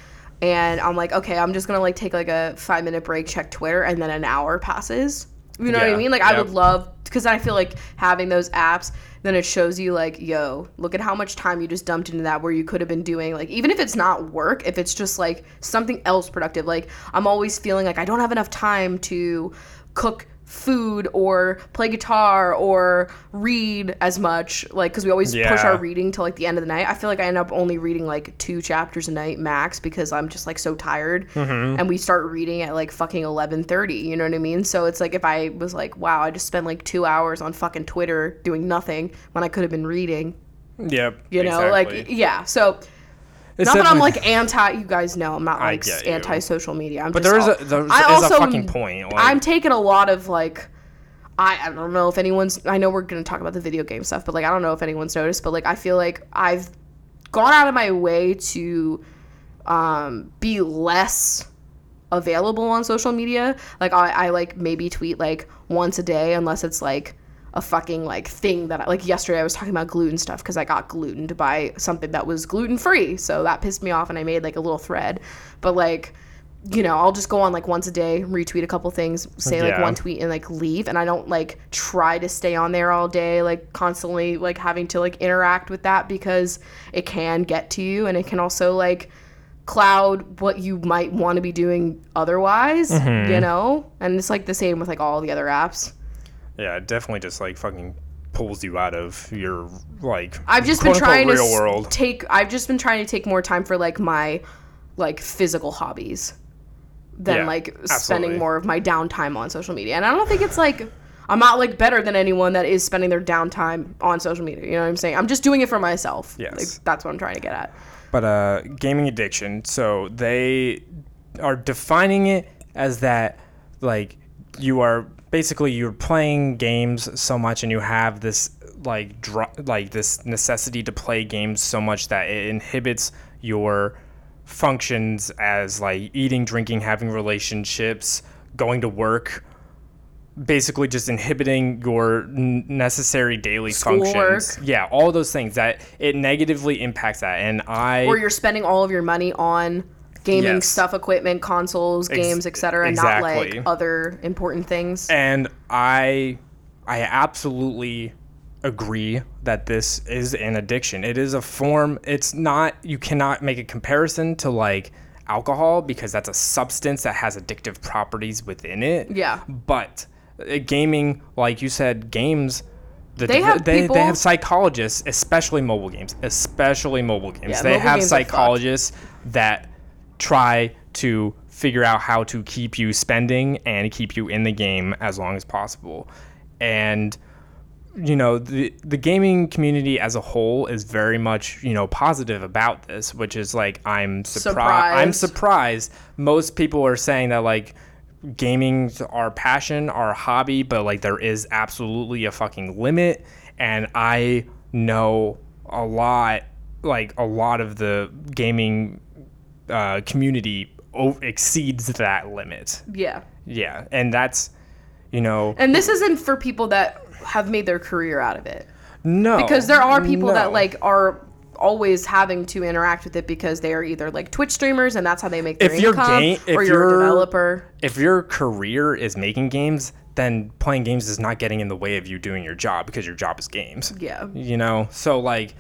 A: and I'm like, okay, I'm just gonna like take like a five minute break, check Twitter, and then an hour passes. You know what I
B: Yeah.
A: mean? Like I would
B: Yep.
A: love because I feel like having those apps, then it shows you like, yo, look at how much time you just dumped into that where you could have been doing like even if it's not work, if it's just like something else productive. Like I'm always feeling like I don't have enough time to cook food or play guitar or read as much like because we always push
B: Yeah.
A: our reading till like the end of the night i feel like i end up only reading like two chapters a night max because i'm just like so tired
B: Mm-hmm.
A: and we start reading at like fucking 11.30 you know what i mean so it's like if i was like wow i just spent like two hours on fucking twitter doing nothing when i could have been reading
B: Yep.
A: you know like yeah so not that I'm like anti. You guys know I'm not like
B: get you.
A: anti social media. I'm but
B: there
A: just
B: is a-
A: all-
B: there
A: I
B: is a
A: also
B: fucking
A: am-
B: point, like-
A: I'm taking a lot of like. I, I don't know if anyone's. I know we're gonna talk about the video game stuff, but like I don't know if anyone's noticed. But like I feel like I've gone out of my way to um, be less available on social media. Like I, I like maybe tweet like once a day unless it's like a fucking like thing that I, like yesterday I was talking about gluten stuff because I got glutened by something that was gluten free. So that pissed me off and I made like a little thread. But like you know, I'll just go on like once a day, retweet a couple things, say like
B: Yeah.
A: one tweet and like leave and I don't like try to stay on there all day like constantly like having to like interact with that because it can get to you and it can also like cloud what you might want to be doing otherwise,
B: Mm-hmm.
A: you know? And it's like the same with like all the other apps.
B: yeah, it definitely just like fucking pulls you out of your like.
A: I've just been
B: quote-unquote
A: trying to
B: real
A: s-
B: world.
A: take I've just been trying to take more time for like my like physical hobbies than
B: Yeah,
A: like spending
B: absolutely.
A: more of my downtime on social media. And I don't think it's like I'm not like better than anyone that is spending their downtime on social media. You know what I'm saying? I'm just doing it for myself.
B: Yes.
A: Like, that's what I'm trying to get at.
B: but uh, gaming addiction. So they are defining it as that, like you are basically you're playing games so much, and you have this like dr- like this necessity to play games so much that it inhibits your functions as like eating, drinking, having relationships, going to work. Basically, just inhibiting your n- necessary daily functions. Yeah, all those things that it negatively impacts that. And I
A: Or you're spending all of your money on gaming
B: Yes.
A: stuff, equipment, consoles, games, etc., and not
B: exactly.
A: like other important things.
B: and I I absolutely agree that this is an addiction. It is a form. It's not you cannot make a comparison to like alcohol because that's a substance that has addictive properties within it.
A: Yeah.
B: But uh, gaming, like you said, games the,
A: They have
B: they,
A: people-
B: they have psychologists, especially mobile games, especially mobile games.
A: Yeah,
B: they
A: mobile
B: have
A: games are fucked.
B: psychologists that try to figure out how to keep you spending and keep you in the game as long as possible. And you know, the the gaming community as a whole is very much, you know, positive about this, which is like I'm surprised. I'm
A: Surprised.
B: surprised most people are saying that like gaming's our passion, our hobby, but like there is absolutely a fucking limit. And I know a lot, like a lot of the gaming uh, community o- exceeds that limit.
A: Yeah.
B: Yeah, and that's you know
A: And this isn't for people that have made their career out of it.
B: no
A: because there are people that
B: no.
A: like are always having to interact with it because they are either like Twitch streamers and that's how they make their
B: If you're
A: income,
B: game- if
A: or you're,
B: you're-
A: a developer.
B: if your career is making games, then playing games is not getting in the way of you doing your job because your job is games.
A: Yeah,
B: You know, so like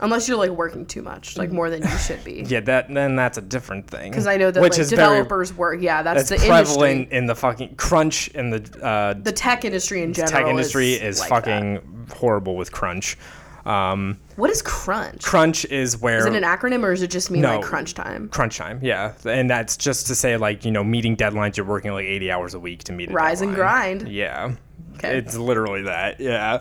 A: unless you're like working too much, like more than you should be.
B: yeah, that then that's a different thing.
A: Because I know that
B: which
A: like
B: is very
A: developers work. Yeah, that's,
B: that's
A: the
B: prevalent
A: industry.
B: in the fucking crunch in the uh,
A: The tech industry in general.
B: tech industry
A: is,
B: is,
A: like
B: fucking horrible with crunch. Um,
A: that. What is crunch?
B: crunch is where
A: Is it an acronym or does it just mean
B: No.
A: like crunch time?
B: crunch time, yeah, and that's just to say like you know meeting deadlines. You're working like 80 hours a week to meet a
A: Rise and
B: deadline.
A: grind.
B: Yeah,
A: Okay.
B: it's literally that. Yeah.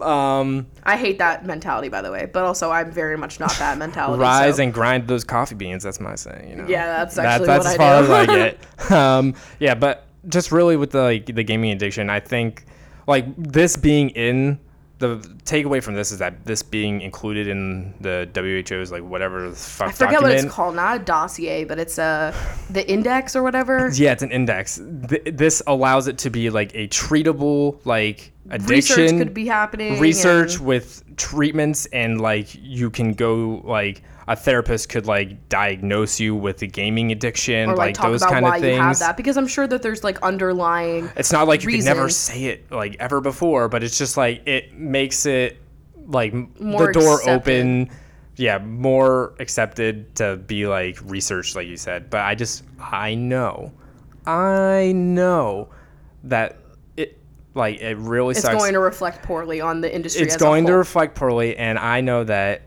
B: Um,
A: I hate that mentality, by the way. But also, I'm very much not that mentality.
B: rise
A: so-
B: and grind those coffee beans. That's my saying. You know.
A: Yeah, that's
B: That-
A: actually
B: that's
A: what
B: as
A: I
B: far
A: do.
B: as I get. Um, yeah, but just really with the like the gaming addiction, I think like this being in the takeaway from this is that this being included in the WHO's like whatever the fuck
A: I forget
B: document.
A: what it's called. Not a dossier, but it's a the index or whatever.
B: Yeah, it's an index. Th- this allows it to be like a treatable like addiction.
A: Research could be happening.
B: research
A: and-
B: with treatments and like you can go like a therapist could like diagnose you with a gaming addiction
A: or like,
B: like,
A: talk
B: those
A: about
B: kind
A: why
B: of
A: you have
B: things
A: that because I'm sure that there's like underlying.
B: it's not like you could never
A: reasons.
B: say it like ever before but it's just like it makes it like m-
A: More
B: the door
A: accepted.
B: open yeah more accepted to be like researched like you said but i just i know i know that it like it really
A: It's
B: sucks
A: going to reflect poorly on the industry.
B: it's going to reflect poorly and i know that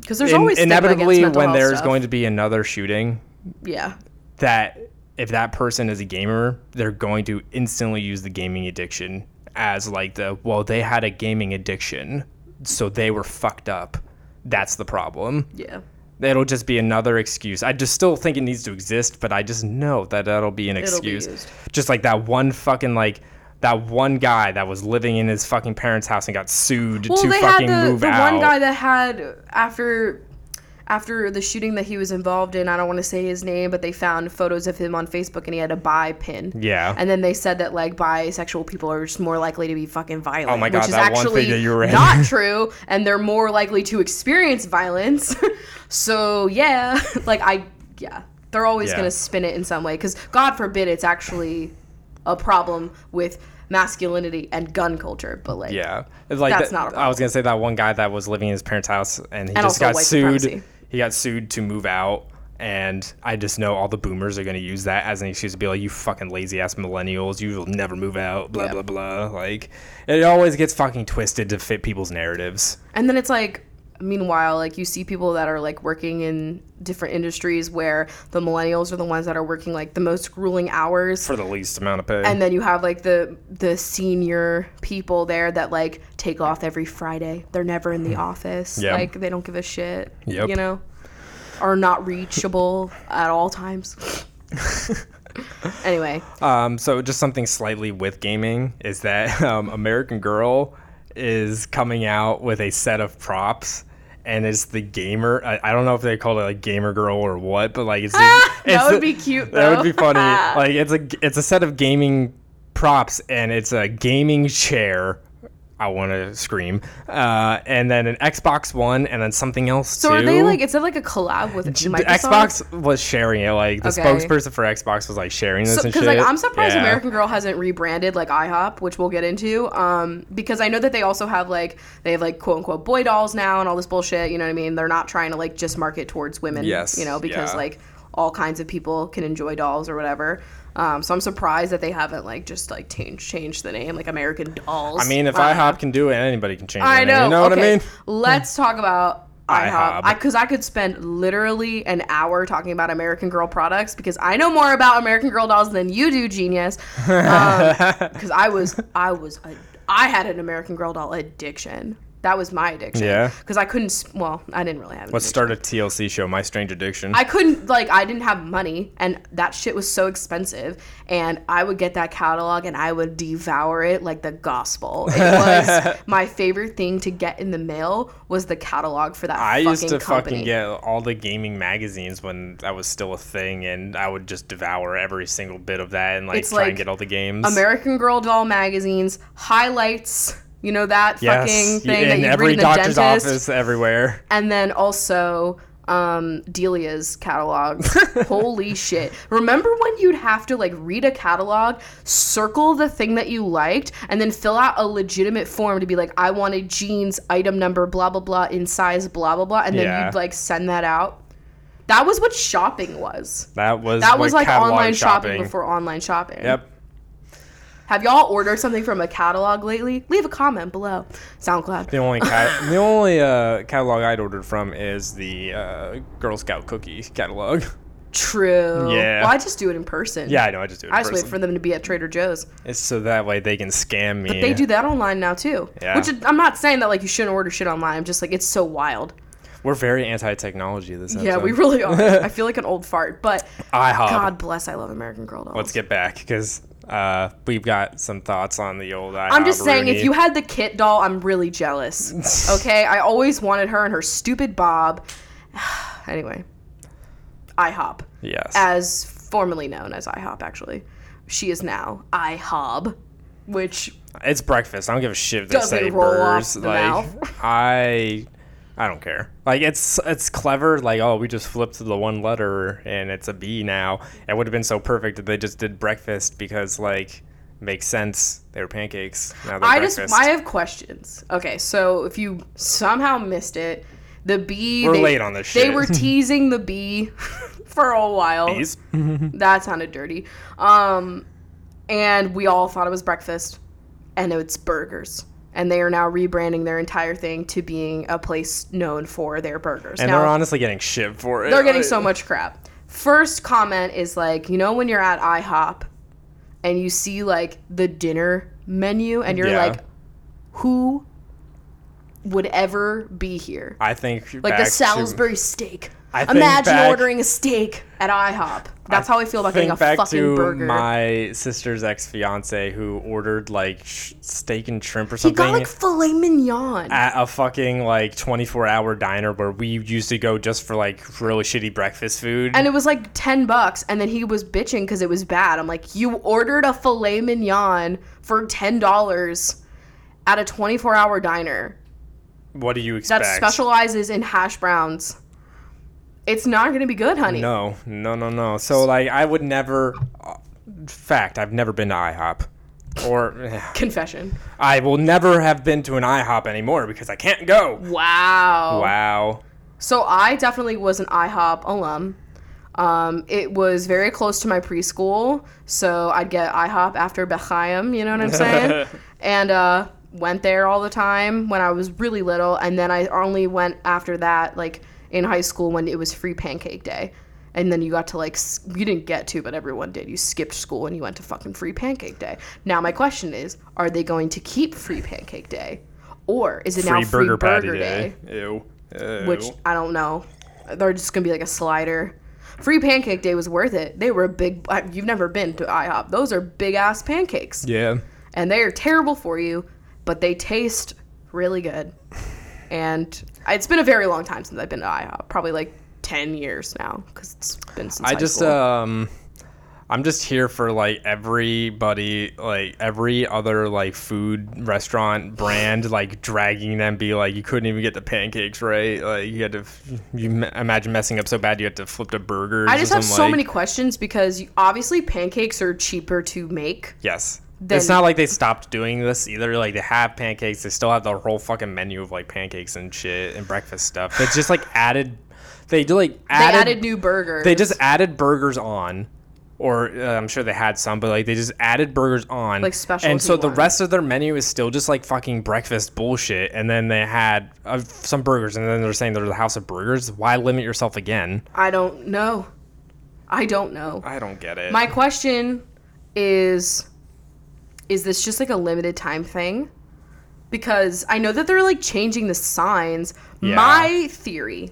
A: because there's
B: in-
A: always stigma against
B: inevitably
A: mental
B: when
A: health
B: there's
A: stuff.
B: going to be another shooting
A: yeah
B: that if that person is a gamer they're going to instantly use the gaming addiction as like the well they had a gaming addiction so they were fucked up that's the problem
A: yeah.
B: it'll just be another excuse i just still think it needs to exist but i just know that that'll be an
A: It'll be
B: excuse
A: used.
B: just like that one fucking like that one guy that was living in his fucking parents house and got sued
A: Well,
B: to
A: they had
B: fucking
A: the,
B: move
A: the
B: out
A: one guy that had after after the shooting that he was involved in. I don't want to say his name, but they found photos of him on Facebook and he had a bi pin.
B: yeah
A: And then they said that like bisexual people are just more likely to be fucking violent.
B: Oh my God,
A: which is
B: that one
A: actually
B: thing that you read.
A: not true, and they're more likely to experience violence. so yeah, like I yeah, they're always
B: Yeah.
A: gonna spin it in some way because God forbid it's actually a problem with masculinity and gun culture. But like
B: Yeah, it's like
A: That's
B: that-
A: not a
B: I was gonna say that one guy that was living in his parents' house and he just
A: also
B: got
A: white
B: sued.
A: supremacy.
B: He got sued to move out, and I just know all the boomers are gonna use that as an excuse to be like, "You fucking lazy ass millennials, you will never move out." Blah
A: Yeah.
B: blah blah. Like, it always gets fucking twisted to fit people's narratives.
A: And then it's like, meanwhile, like you see people that are like working in different industries where the millennials are the ones that are working like the most grueling hours.
B: For the least amount of pay.
A: and then you have like the the senior people there that like take off every Friday. They're never in the office.
B: Hmm. Yeah.
A: Like they don't give a shit.
B: Yep.
A: You know, are not reachable at all times. anyway,
B: Um, so just something slightly with gaming is that um, American Girl is coming out with a set of props. And it's the gamer. I, I don't know if they called it like gamer girl or what, but like it's, the- it's
A: that
B: the-
A: would be cute. Though.
B: that would be funny. like it's a it's a set of gaming props and it's a gaming chair. I want to scream. Uh, and then an Xbox One and then something else
A: so
B: too.
A: are they like? Is that like a collab with
B: The
A: Microsoft?
B: Xbox was sharing it. Like the
A: Okay.
B: spokesperson for Xbox was like sharing this and shit.
A: because like I'm surprised
B: Yeah.
A: American Girl hasn't rebranded like IHOP, which we'll get into. Um, because I know that they also have like they have like quote unquote boy dolls now and all this bullshit. You know what I mean? They're not trying to like just market towards women.
B: Yes,
A: you know because
B: yeah.
A: like all kinds of people can enjoy dolls or whatever. Um, so I'm surprised that they haven't like just like changed changed the name like American Dolls.
B: I mean, if
A: Wow.
B: IHOP can do it, anybody can change it.
A: I know.
B: You know what I
A: Okay,
B: mean?
A: Let's talk about
B: IHOP.
A: IHOP because I, could spend literally an hour talking about American Girl products because I know more about American Girl dolls than you do, genius. Um, Because I was, I was, a, I had an American Girl doll addiction. That was my addiction.
B: Yeah.
A: Because I couldn't. s- Well, I didn't really have. an
B: Let's
A: addiction.
B: start a TLC show, My Strange Addiction.
A: I couldn't like I didn't have money and that shit was so expensive and I would get that catalog and I would devour it like the gospel. It was my favorite thing to get in the mail was the catalog for that
B: I
A: fucking
B: used to
A: company.
B: fucking get all the gaming magazines when that was still a thing, and I would just devour every single bit of that and like
A: It's
B: try
A: like
B: and get all the games.
A: American Girl doll magazines, highlights, you know that
B: yes,
A: fucking
B: you-
A: thing that
B: in
A: you
B: every
A: read in the
B: doctor's
A: dentist.
B: office, everywhere.
A: and then also um, Delia's catalog. Holy shit. Remember when you'd have to like read a catalog, circle the thing that you liked, and then fill out a legitimate form to be like, I wanted jeans, item number, blah, blah, blah, in size, blah, blah, blah. And then
B: Yeah.
A: you'd like send that out. That was what shopping was.
B: That was
A: That
B: what
A: was like
B: catalog
A: online shopping. before online shopping.
B: Yep.
A: Have y'all ordered something from a catalog lately? Leave a comment below. SoundCloud.
B: The only cat- the only uh, catalog I'd ordered from is the uh, Girl Scout cookie catalog.
A: True.
B: Yeah.
A: Well, I just do it in person.
B: Yeah, I know. I just do it.
A: I
B: in
A: just
B: person. Mm-hmm.
A: wait for them to be at Trader Joe's.
B: It's so that way they can scam me.
A: They do that online now too.
B: Yeah.
A: Which is- I'm not saying that like you shouldn't order shit online. I'm just like it's so wild.
B: We're very anti-technology this episode.
A: Yeah, we really are. I feel like an old fart, but
B: IHOP.
A: God bless. I love American Girl dolls.
B: Let's get back because uh, we've got some thoughts on the old.
A: I'm just saying, if you had the Kit doll, I'm really jealous. Okay, I always wanted her and her stupid Bob. anyway, IHOP,
B: yes,
A: as formerly known as IHOP, actually, she is now IHOB, which
B: it's breakfast. I don't give a shit if they
A: Doesn't
B: say
A: roll off
B: burgers.
A: the
B: like
A: mouth.
B: I, I don't care. Like it's it's clever. Like oh, we just flipped the one letter and it's a B now. It would have been so perfect if they just did breakfast because like makes sense. They were pancakes. Now they're
A: I
B: breakfast.
A: just I have questions. Okay, so if you somehow missed it, the bee
B: We're
A: they,
B: late on this
A: They
B: shit.
A: were teasing the bee for a while.
B: Bees?
A: That sounded dirty. Um, and we all thought it was breakfast, and it's burgers. And they are now rebranding their entire thing to being a place known for their burgers.
B: and
A: now,
B: they're honestly getting shit for it.
A: they're getting
B: Like-
A: so much crap. First comment is like, you know, when you're at IHOP and you see like the dinner menu and you're
B: Yeah.
A: like, who would ever be here?
B: I think
A: Like
B: back
A: the
B: to-
A: Salisbury steak.
B: I think
A: Imagine
B: back-
A: ordering a steak at IHOP. That's how I feel about getting a
B: Think back
A: fucking
B: to
A: burger.
B: my sister's ex fiance who ordered like sh- steak and shrimp or
A: he
B: something
A: got like filet mignon.
B: at a fucking like 24 hour diner where we used to go just for like really shitty breakfast food.
A: and it was like 10 bucks and then he was bitching because it was bad i'm like you ordered a filet mignon for $10 at a 24-hour diner
B: what do you
A: that
B: expect?
A: specializes in hash browns it's not gonna be good honey
B: No, no, no, no. So like I would never. Fact, I've never been to IHOP. Or
A: confession
B: I will never have been to an IHOP anymore because I can't go.
A: wow.
B: Wow.
A: so i definitely was an ihop alum um, it was very close to my preschool so i'd get ihop after bechaim you know what i'm saying and uh, went there all the time when I was really little. And then I only went after that, like in high school when it was free pancake day. And then you got to like, s- you didn't get to, but everyone did. You skipped school and you went to fucking free pancake day. Now, my question is are they going to keep free pancake day? Or is it now
B: Free
A: free
B: burger patty
A: burger day?
B: day. Ew. Ew.
A: Which I don't know. They're just gonna be like a slider. Free pancake day was worth it. They were big. I- You've never been to IHOP. Those are big ass pancakes
B: Yeah.
A: and they are terrible for you, but they taste really good. And it's been a very long time since I've been to IHOP, probably like ten years now, because it's been since
B: I
A: high
B: just
A: school.
B: um I'm just here for like everybody like every other like food restaurant brand like dragging them be like you couldn't even get the pancakes right like you had to you ma- imagine messing up so bad you had to flip to burgers
A: I
B: or
A: just have
B: something,
A: so
B: like-
A: many questions because you, obviously pancakes are cheaper to make.
B: yes
A: Then-
B: it's not like they stopped doing this either like they have pancakes they still have the whole fucking menu of like pancakes and shit and breakfast stuff it's just like added they do like
A: They
B: added,
A: added, new burgers.
B: They just added burgers on, or uh, I'm sure they had some, but like they just added burgers on,
A: Like specialty
B: And so the
A: ones.
B: rest of their menu is still just like fucking breakfast bullshit. And then they had uh, some burgers, and then they're saying they're the house of burgers. Why limit yourself again?
A: I don't know. I don't know.
B: I don't get it.
A: My question is is this just like a limited time thing? because I know that they're like changing the signs.
B: Yeah.
A: My theory,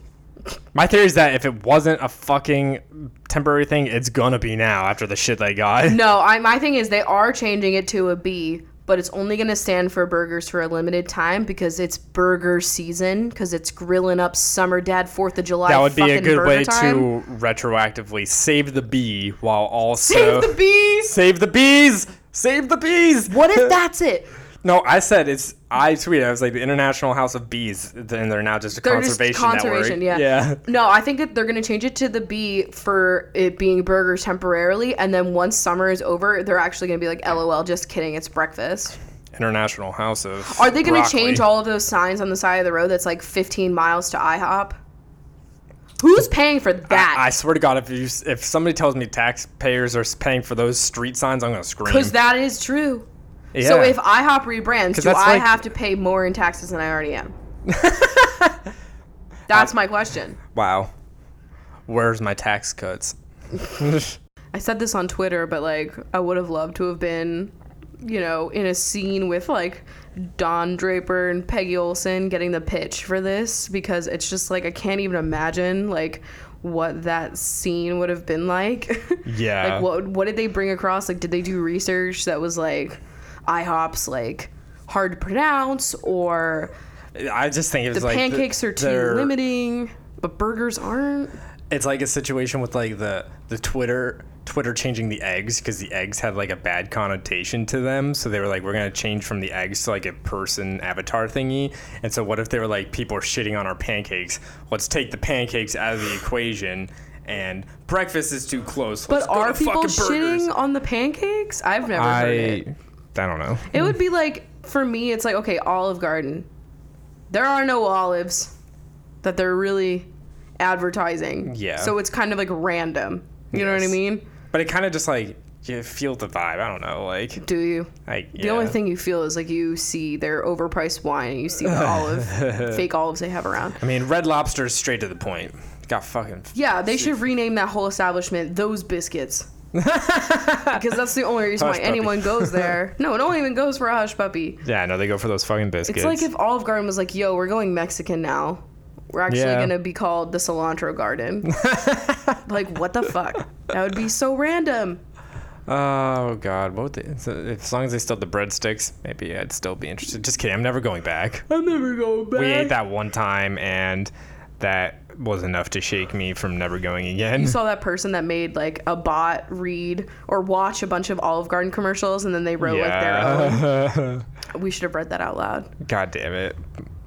B: My theory is that if it wasn't a fucking temporary thing, it's gonna be now after the shit they got.
A: no, I my thing is they are changing it to a B, but it's only going to stand for burgers for a limited time because it's burger season because it's grilling up summer dad 4th of July
B: that would be a
A: fucking
B: good
A: burger
B: way
A: time.
B: to retroactively save the bee while also
A: save the bees.
B: Save the bees. Save the bees.
A: What if that's it?
B: No, I said it's. I tweeted. I was like the International House of Bees, and they're now just a
A: They're just
B: conservation,
A: conservation, yeah.
B: network. Yeah.
A: No, I think that they're going to change it to the B for it being burgers temporarily. And then once summer is over, they're actually going to be like, LOL, just kidding, it's breakfast.
B: International House of.
A: Are they going to
B: Broccoli.
A: change all of those signs on the side of the road that's like 15 miles to IHOP? Who's paying for
B: I
A: that?
B: swear to God, if you if somebody tells me taxpayers are paying for those street signs, I'm gonna scream.
A: Because that is true.
B: yeah.
A: So if IHOP rebrands, do
B: that's
A: I
B: like-
A: have to pay more in taxes than I already am? that's my question.
B: wow, where's my tax cuts?
A: I said this on Twitter, but like I would have loved to have been, you know, in a scene with like Don Draper and Peggy Olson getting the pitch for this because it's just like I can't even imagine like what that scene would have been like.
B: Yeah.
A: like what what did they bring across? Like did they do research that was like IHOP's like hard to pronounce or
B: I just think it was
A: the
B: like
A: pancakes are too
B: they're-
A: limiting but burgers aren't?
B: It's like a situation with like the the Twitter Twitter changing the eggs because the eggs had like a bad connotation to them, so they were like, we're gonna change from the eggs to like a person avatar thingy. And so what if they were like, people are shitting on our pancakes? Let's take the pancakes out of the equation. And breakfast is too close. Let's
A: But
B: go
A: are
B: to
A: people
B: fucking burgers."
A: shitting on the pancakes? I've never heard it.
B: I I don't know.
A: It would be like for me, it's like okay, Olive Garden. There are no olives that they're really advertising.
B: Yeah.
A: So it's kind of like random. You know what I
B: Yes.
A: mean?
B: But it kind of just like you feel the vibe. I don't know. Like
A: Do you?
B: like yeah.
A: The only thing you feel is like you see their overpriced wine, and you see the olive, fake olives they have around.
B: I mean, Red Lobster is straight to the point. Got fucking
A: Yeah, they should rename that whole establishment those biscuits. because that's the only reason
B: Hush
A: why
B: puppy.
A: anyone goes there. No, no one even goes for a hush puppy.
B: yeah. No, they go for those fucking biscuits.
A: It's like if Olive Garden was like, "Yo, we're going Mexican now. We're actually
B: Yeah.
A: gonna be called the Cilantro Garden." like, what the fuck? That would be so random.
B: Oh God! What would they, so if- as long as they still had the breadsticks, maybe I'd still be interested. Just kidding. I'm never going back.
A: I'm never going back.
B: We ate that one time, and that was enough to shake me from never going again.
A: You saw that person that made like a bot read or watch a bunch of Olive Garden commercials, and then they wrote like their own. We should have read that out loud.
B: God damn it.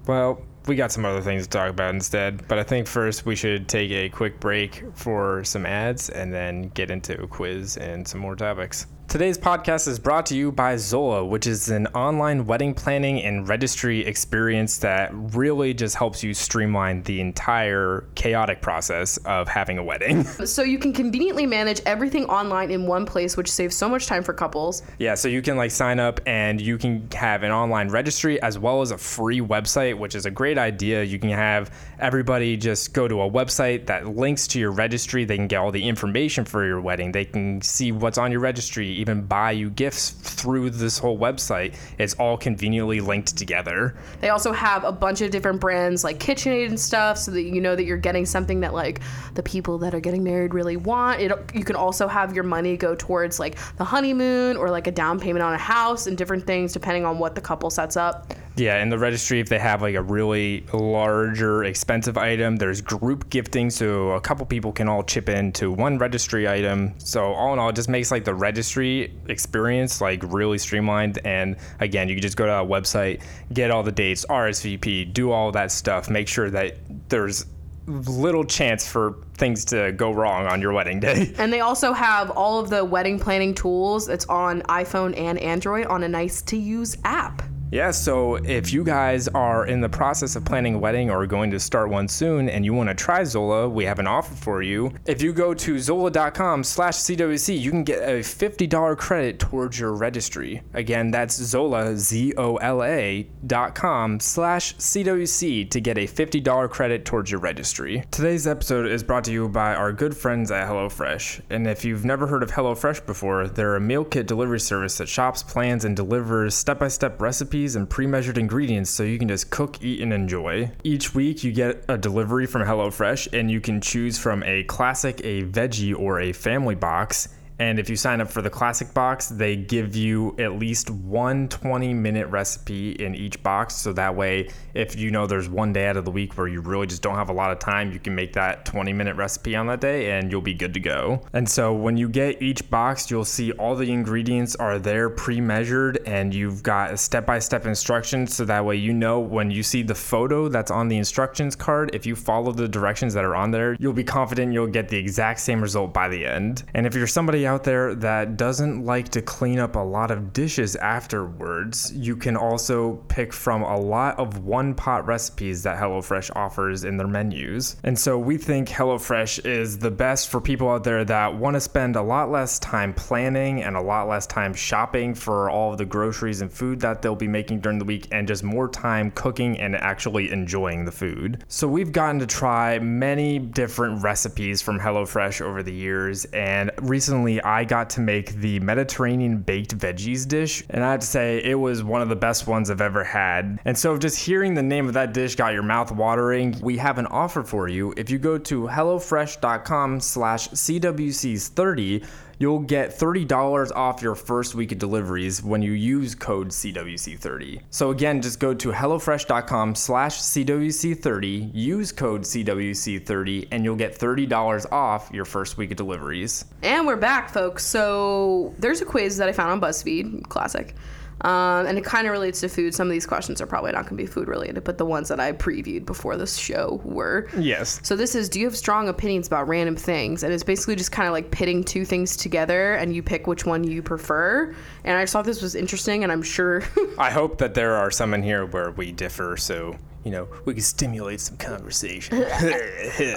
B: Well, we got some other things to talk about instead, but I think first we should take a quick break for some ads and then get into a quiz and some more topics. Today's podcast is brought to you by Zola, which is an online wedding planning and registry experience that really just helps you streamline the entire chaotic process of having a wedding.
A: So you can conveniently manage everything online in one place, which saves so much time for couples.
B: Yeah, so you can like sign up and you can have an online registry as well as a free website, which is a great idea. You can have everybody just go to a website that links to your registry. They can get all the information for your wedding. They can see what's on your registry, even buy you gifts through this whole website. It's all conveniently linked together.
A: They also have a bunch of different brands like KitchenAid and stuff, so that you know that you're getting something that like the people that are getting married really want. It you can also have your money go towards like the honeymoon or like a down payment on a house and different things depending on what the couple sets up.
B: Yeah, in the registry, if they have like a really larger, expensive item, there's group gifting, so a couple people can all chip into one registry item. So all in all, it just makes like the registry experience like really streamlined. And again, you can just go to our website, get all the dates, RSVP, do all that stuff, make sure that there's little chance for things to go wrong on your wedding day.
A: And they also have all of the wedding planning tools. It's on iPhone and Android on a nice to use app.
B: Yeah, so if you guys are in the process of planning a wedding or going to start one soon and you want to try Zola, we have an offer for you. If you go to zola.com slash CWC, you can get a $50 credit towards your registry. Again, that's Zola, Z-O-L-A dot com slash CWC to get a $50 credit towards your registry. Today's episode is brought to you by our good friends at HelloFresh. And if you've never heard of HelloFresh before, they're a meal kit delivery service that shops, plans, and delivers step-by-step recipes recipes and pre-measured ingredients so you can just cook, eat and enjoy. Each week you get a delivery from HelloFresh and you can choose from a classic, a veggie or a family box. And if you sign up for the classic box, they give you at least one 20 minute recipe in each box. So that way, if you know there's one day out of the week where you really just don't have a lot of time, you can make that 20 minute recipe on that day and you'll be good to go. And so when you get each box, you'll see all the ingredients are there pre measured and you've got step by step instructions. So that way, you know when you see the photo that's on the instructions card, if you follow the directions that are on there, you'll be confident you'll get the exact same result by the end. And if you're somebody out there that doesn't like to clean up a lot of dishes afterwards, you can also pick from a lot of one pot recipes that HelloFresh offers in their menus. And so we think HelloFresh is the best for people out there that want to spend a lot less time planning and a lot less time shopping for all of the groceries and food that they'll be making during the week and just more time cooking and actually enjoying the food. So we've gotten to try many different recipes from HelloFresh over the years and recently I got to make the Mediterranean baked veggies dish, and I have to say it was one of the best ones I've ever had. And so, if just hearing the name of that dish got your mouth watering, we have an offer for you. If you go to hellofresh.com/cwcs30, you'll get $30 off your first week of deliveries when you use code CWC30. So again, just go to HelloFresh.com slash CWC30, use code CWC30, and you'll get $30 off your first week of deliveries.
A: And we're back, folks. So there's a quiz that I found on BuzzFeed, classic. Um, and it kind of relates to food. Some of these questions are probably not going to be food related, but the ones that I previewed before this show were.
B: Yes.
A: So this is Do you have strong opinions about random things? And it's basically just kind of like pitting two things together and you pick which one you prefer. And I just thought this was interesting, and I'm sure.
B: I hope that there are some in here where we differ so, you know, we can stimulate some conversation.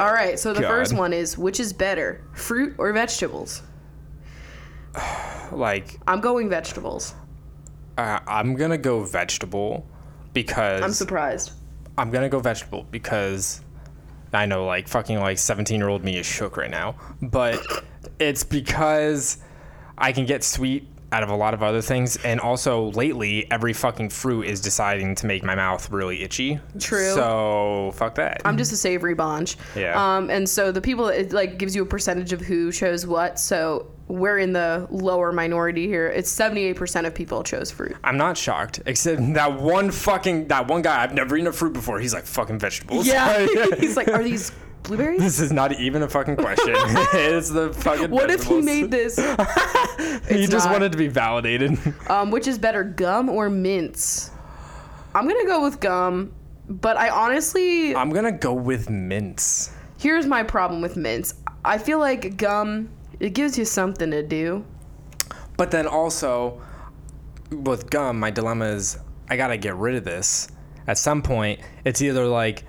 A: All right, so the first
B: God.
A: one is Which is better, fruit or vegetables?
B: like,
A: I'm going vegetables.
B: uh, I'm going to go vegetable because
A: I'm surprised.
B: I'm gonna go vegetable because I know like fucking like 17 year old me is shook right now, but it's because I can get sweet out of a lot of other things, and also lately every fucking fruit is deciding to make my mouth really itchy.
A: True.
B: So fuck that.
A: I'm just a savory bunch.
B: Yeah.
A: Um, and so the people it like gives you a percentage of who chose what. So we're in the lower minority here. It's 78% of people chose fruit.
B: I'm not shocked, except that one fucking that one guy I've never eaten a fruit before. He's like fucking vegetables.
A: He's like, are these blueberries?
B: this is not even a fucking question. it's the fucking.
A: What if he
B: vegetables.
A: made this?
B: He
A: It's
B: just
A: not.
B: wanted to be validated.
A: Um, which is better, gum or mints? I'm gonna go with gum, but I honestly
B: I'm gonna go with mints.
A: here's my problem with mints. I feel like gum it gives you something to do.
B: But then also, with gum, my dilemma is I gotta get rid of this. At some point, it's either like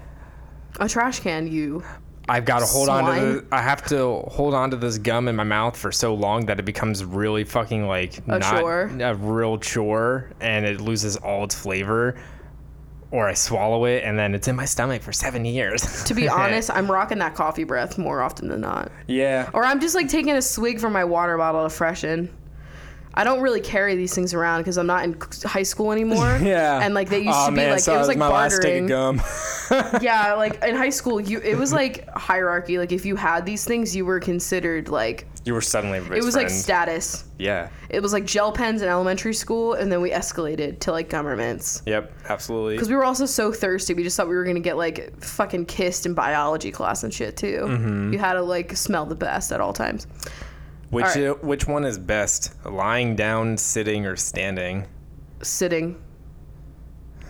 A: A trash can, you.
B: I've got to hold on to
A: Swine.
B: the, I have to hold on to this gum in my mouth for so long that it becomes really fucking like a not
A: chore.
B: a real chore, and it loses all its flavor. Or I swallow it and then it's in my stomach for seven years.
A: To be honest, I'm rocking that coffee breath more often than not.
B: yeah.
A: Or I'm just like taking a swig from my water bottle to freshen. I don't really carry these things around because I'm not in c- high school anymore.
B: yeah.
A: And like they used
B: Aw,
A: to be
B: man,
A: like
B: so
A: it was like
B: my last stick
A: bartering.
B: of gum.
A: yeah, like in high school, you it was like hierarchy. Like if you had these things, you were considered like
B: you were suddenly
A: it was like status.
B: yeah.
A: It was like gel pens in elementary school, and then we escalated to like governments.
B: Yep. Absolutely.
A: Because we were also so thirsty, we just thought we were gonna get like fucking kissed in biology class and shit too.
B: Mm-hmm.
A: You had to like smell the best at all times.
B: Which
A: All right.
B: uh, which one is best? Lying down, sitting, or standing?
A: sitting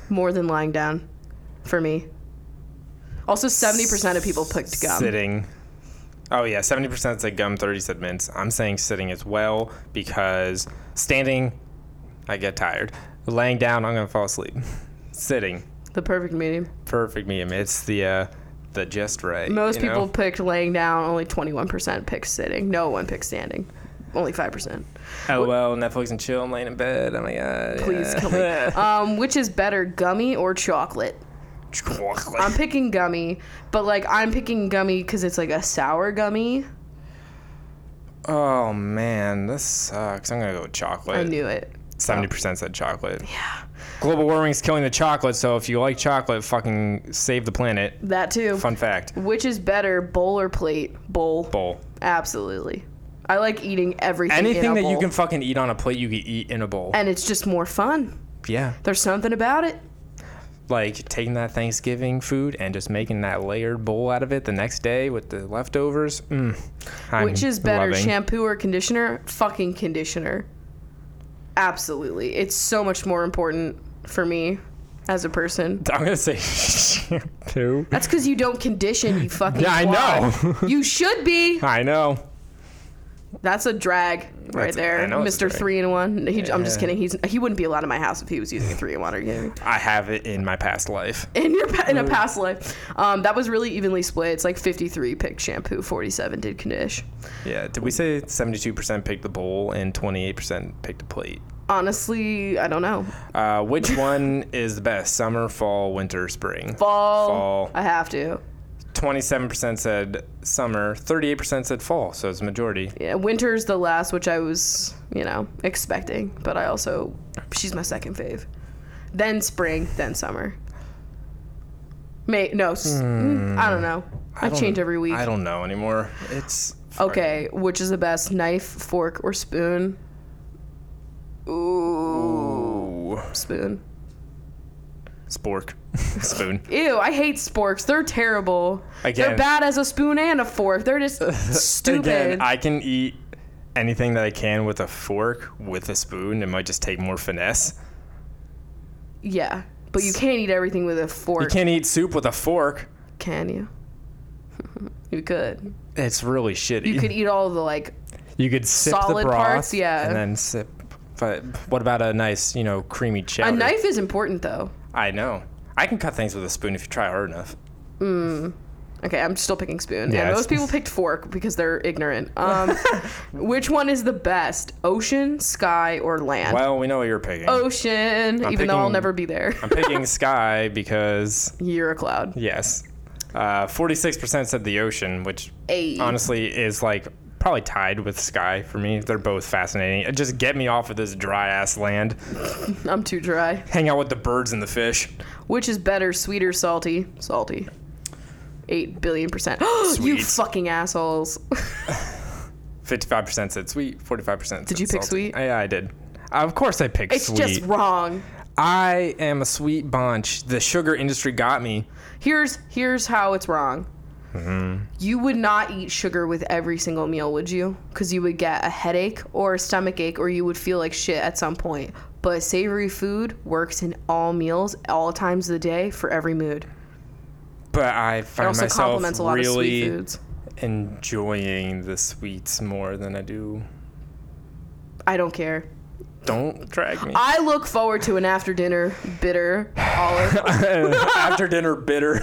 A: more than lying down for me. Also, 70% of people picked gum.
B: Sitting. Oh yeah, seventy percent said gum, thirty said mints. I'm saying sitting as well because standing, I get tired. Laying down, I'm gonna fall asleep. sitting,
A: The perfect medium.
B: perfect medium. It's the uh, the just right.
A: Most
B: you know?
A: people picked laying down, only 21% picked sitting. No one picked standing. Only 5%.
B: LOL, Oh, Netflix and chill. I'm laying in bed. Oh my god.
A: Please
B: yeah.
A: kill me. Um, which is better, gummy or chocolate? I'm picking gummy, but like I'm picking gummy because it's like a sour gummy.
B: oh man, this sucks. I'm gonna go with
A: I
B: chocolate.
A: knew it.
B: Seventy percent said chocolate. global warming's killing the chocolate, so if you like chocolate, fucking save the planet.
A: That too.
B: Fun fact.
A: Which is better, bowl or plate? Bowl.
B: Bowl.
A: Absolutely. I like eating everything. in a
B: Anything that you
A: bowl. Eh.
B: can fucking eat on a plate, you can eat in a bowl.
A: And it's just more fun.
B: yeah.
A: There's something about it.
B: Like taking that Thanksgiving food and just making that layered bowl out of it the next day with the leftovers. Mm, I'm
A: Which is better,
B: loving.
A: shampoo or conditioner? Fucking conditioner. Absolutely. It's so much more important for me as a person.
B: I'm gonna say shampoo.
A: That's because you don't condition, you fucking.
B: Yeah, I know.
A: twat. you should be.
B: I know.
A: That's a drag right
B: That's-
A: there,
B: I know it's a
A: Mister
B: drag.
A: Three in One. He, I'm just
B: Yeah.
A: kidding. He's he wouldn't be allowed in my house if he was using a three in one. Are you kidding me?
B: I have it in my past life.
A: in your pa- in a past life. Um, that was really evenly split. It's like 53 picked shampoo, 47 did condish.
B: Yeah. Did we say 72% picked the bowl and 28% picked the plate?
A: Honestly, I don't know.
B: Uh, which one is the best? Summer, fall, winter, spring?
A: Fall,
B: Fall.
A: I have to.
B: 27% said summer, 38% said fall, so it's a majority.
A: Yeah, winter's the last, which I was you know expecting, but I also she's my second fave. Then spring, then summer. May no, s- mm, I don't know. I,
B: don't-
A: change every week.
B: Hmm. I don't know anymore. It's
A: Okay, which is the best knife, fork, or spoon? Ooh,
B: Ooh.
A: spoon.
B: Spork. Spoon.
A: Ew, I hate sporks. They're terrible. They're
B: Again.
A: bad as a spoon and a fork. They're just stupid.
B: Again, I can eat anything that I can with a fork, with a spoon. It might just take more finesse.
A: yeah, but you can't eat everything with a
B: You
A: fork,
B: can't eat soup with a fork.
A: can you? you could.
B: It's really shitty.
A: You could eat all the like.
B: You could sip
A: Solid
B: the broth,
A: parts, yeah.
B: and then sip. But what about a nice, you know, creamy chowder?
A: A knife is important though.
B: I know. I can cut things with a spoon if you try hard enough.
A: Okay, I'm still picking spoon.
B: Yeah,
A: and
B: it's-
A: most people picked fork because they're ignorant. Um, which one is the best? Ocean, sky, or land?
B: Well, we know what you're picking.
A: Oh. Ocean, even though I'll
B: picking-
A: never be there.
B: I'm picking sky because
A: You're a cloud.
B: yes, uh, 46% said the ocean, which
A: Ayy.
B: honestly is like probably tied with sky for me. They're both fascinating. Just get me off of this dry ass land.
A: I'm too dry.
B: Hang out with the birds and the fish.
A: Which is better, sweet or salty? Salty. Eight billion percent. you
B: Sweet.
A: fucking assholes.
B: 55% said sweet. 45% said
A: Did you pick
B: salty.
A: sweet?
B: Yeah, I did. Of course, I picked
A: It's
B: sweet.
A: just wrong.
B: I am a sweet bunch. The sugar industry got me.
A: Here's here's how it's wrong.
B: Mm-hmm.
A: You would not eat sugar with every single meal, would you? Because you would get a headache or a stomach ache, or you would feel like shit at some point. But savory food works in all meals, all times of the day, for every mood.
B: But I
A: It
B: find
A: also
B: myself
A: complements a lot of sweet
B: really
A: foods.
B: enjoying the sweets more than I do.
A: I don't care.
B: Don't drag me.
A: I look forward to an after dinner bitter olive
B: After dinner, bitter.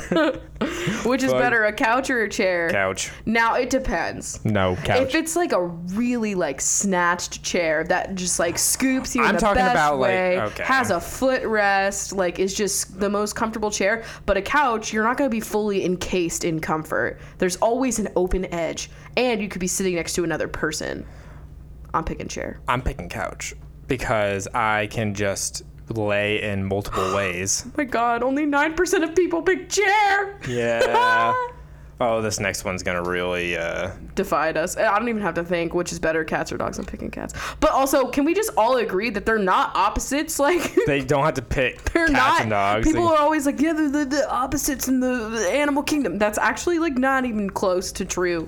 A: Which is
B: Bug.
A: better, a couch or a chair?
B: couch.
A: Now it depends.
B: No, couch.
A: If it's like a really like snatched chair that just like scoops you in
B: I'm
A: the
B: talking
A: best
B: about, like,
A: way,
B: okay.
A: has a footrest, like is just the most comfortable chair. But a couch, you're not going to be fully encased in comfort. There's always an open edge, and you could be sitting next to another person. I'm picking chair.
B: I'm picking couch because I can just lay in multiple ways.
A: Oh my God, only nine percent of people pick chair.
B: Yeah. oh, this next one's gonna really. Uh,
A: defied us. I don't even have to think which is better, cats or dogs. I'm picking cats. But also, can we just all agree that they're not opposites? Like
B: they don't have to pick
A: they're
B: cats
A: not.
B: and dogs.
A: People
B: They-
A: are always like, yeah, they're the, the opposites in the, the animal kingdom. That's actually like not even close to true.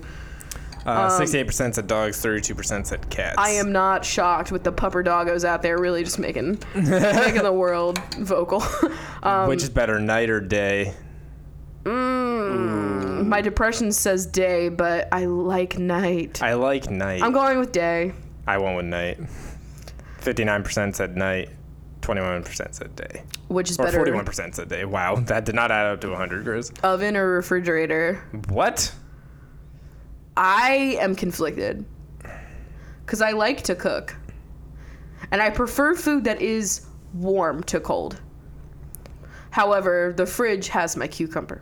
B: uh, 68% said dogs. 32% said cats.
A: um, I am not shocked with the pupper doggos out there really just making making the world vocal. um,
B: Which is better, night or day?
A: my depression says day, but I like night.
B: I like night.
A: I'm going with day.
B: I went with night. 59% said night. 21% said day.
A: Which is
B: Or
A: better,
B: 41% said day. Wow, that did not add up to 100, Grizz.
A: oven or refrigerator?
B: What?
A: I am conflicted because I like to cook and I prefer food that is warm to cold. However, the fridge has my cucumber.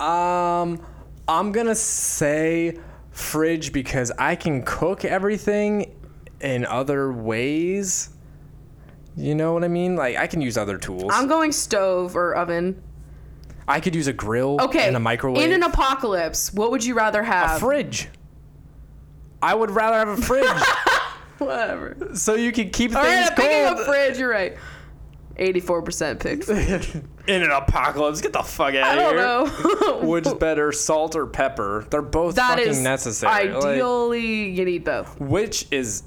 B: Um, I'm gonna say fridge because I can cook everything in other ways. You know what I mean? Like I can use other tools.
A: I'm going stove or oven.
B: I could use a grill
A: Okay.
B: and a microwave.
A: In an apocalypse, what would you rather have?
B: fridge. I would rather have a fridge
A: Whatever.
B: so you can keep
A: All right,
B: things
A: I'm picking
B: cold.
A: a fridge. You're right. 84% pick.
B: In an apocalypse, get the fuck out
A: I
B: of
A: don't
B: here.
A: know.
B: Which is better, salt or pepper? They're both
A: That
B: fucking
A: is
B: necessary. Like,
A: Ideally, you need both.
B: which is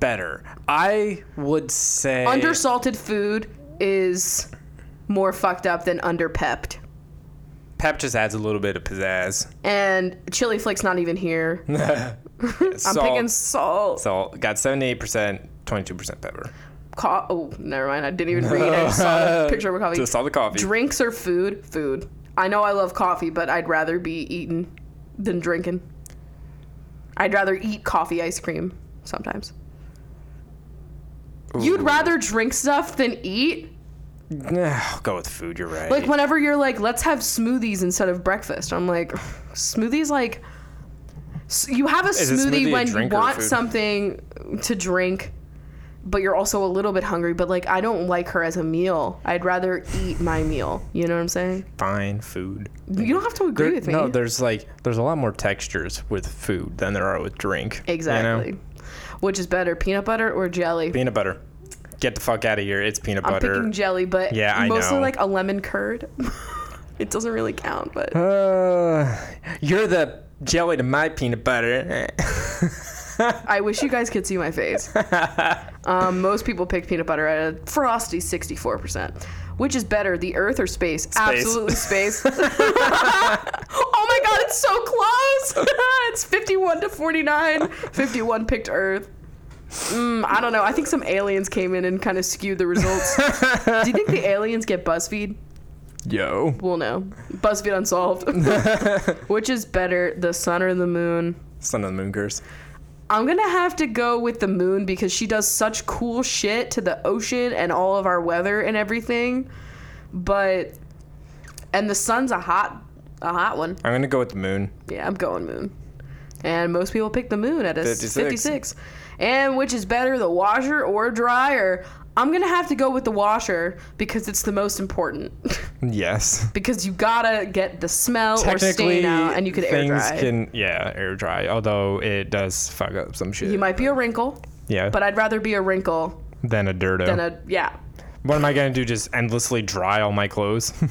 B: better? I would say
A: Undersalted food is more fucked up than underpepped.
B: pep just adds a little bit of pizzazz.
A: And chili flakes not even here. I'm
B: I'm
A: picking salt.
B: salt. Got 78%, 22% pepper.
A: Co- oh, never mind. I didn't even read. I just saw the picture of a coffee.
B: Just saw the coffee.
A: Drinks or food? Food. I know I love coffee, but I'd rather be eating than drinking. I'd rather eat coffee ice cream sometimes. You'd
B: Ooh.
A: rather drink stuff than eat?
B: Nah, go with food, you're right.
A: Like whenever you're like, let's have smoothies instead of breakfast. I'm like, smoothies like s- you have a
B: a
A: smoothie,
B: smoothie a
A: when you
B: drink or
A: want
B: food?
A: something to drink, but you're also a little bit hungry. But like, I don't like her as a meal. I'd rather eat my meal. You know what I'm saying?
B: Fine food.
A: You don't have to agree
B: There-
A: with me.
B: No, there's like there's a lot more textures with food than there are with drink. you know?
A: exactly. Which is better, peanut butter or jelly?
B: Peanut butter. Get the fuck out of here. It's peanut
A: I'm
B: butter.
A: picking jelly, but
B: Yeah, I
A: mostly
B: know.
A: like a lemon curd. it doesn't really count, but
B: uh, you're the jelly to my peanut butter.
A: I wish you guys could see my face. um, most people pick peanut butter at a frosty 64%. Which is better, the earth or space? Absolutely space. oh my god, it's so close! it's 51 to 49. 51 picked earth. Mm, I don't know. I think some aliens came in and kind of skewed the results. Do you think the aliens get BuzzFeed?
B: Yo.
A: We'll know. BuzzFeed Unsolved. Which is better, the sun or the moon?
B: Son of the moon curse.
A: I'm gonna have to go with the moon because she does such cool shit to the ocean and all of our weather and everything. But and the sun's a hot a hot one.
B: I'm gonna go with the moon.
A: Yeah, I'm going moon. And most people pick the moon at a 56.
B: 56.
A: And which is better, the washer or dryer? I'm gonna have to go with the washer because it's the most important.
B: Yes.
A: because you gotta get the smell or
B: Technically,
A: stain out, and you could air
B: things
A: dry.
B: can yeah air dry. Although it does fuck up some shit.
A: you might be a wrinkle,
B: yeah.
A: but I'd rather be a wrinkle
B: than a dirto.
A: than a yeah.
B: what am I gonna do? Just endlessly dry all my clothes?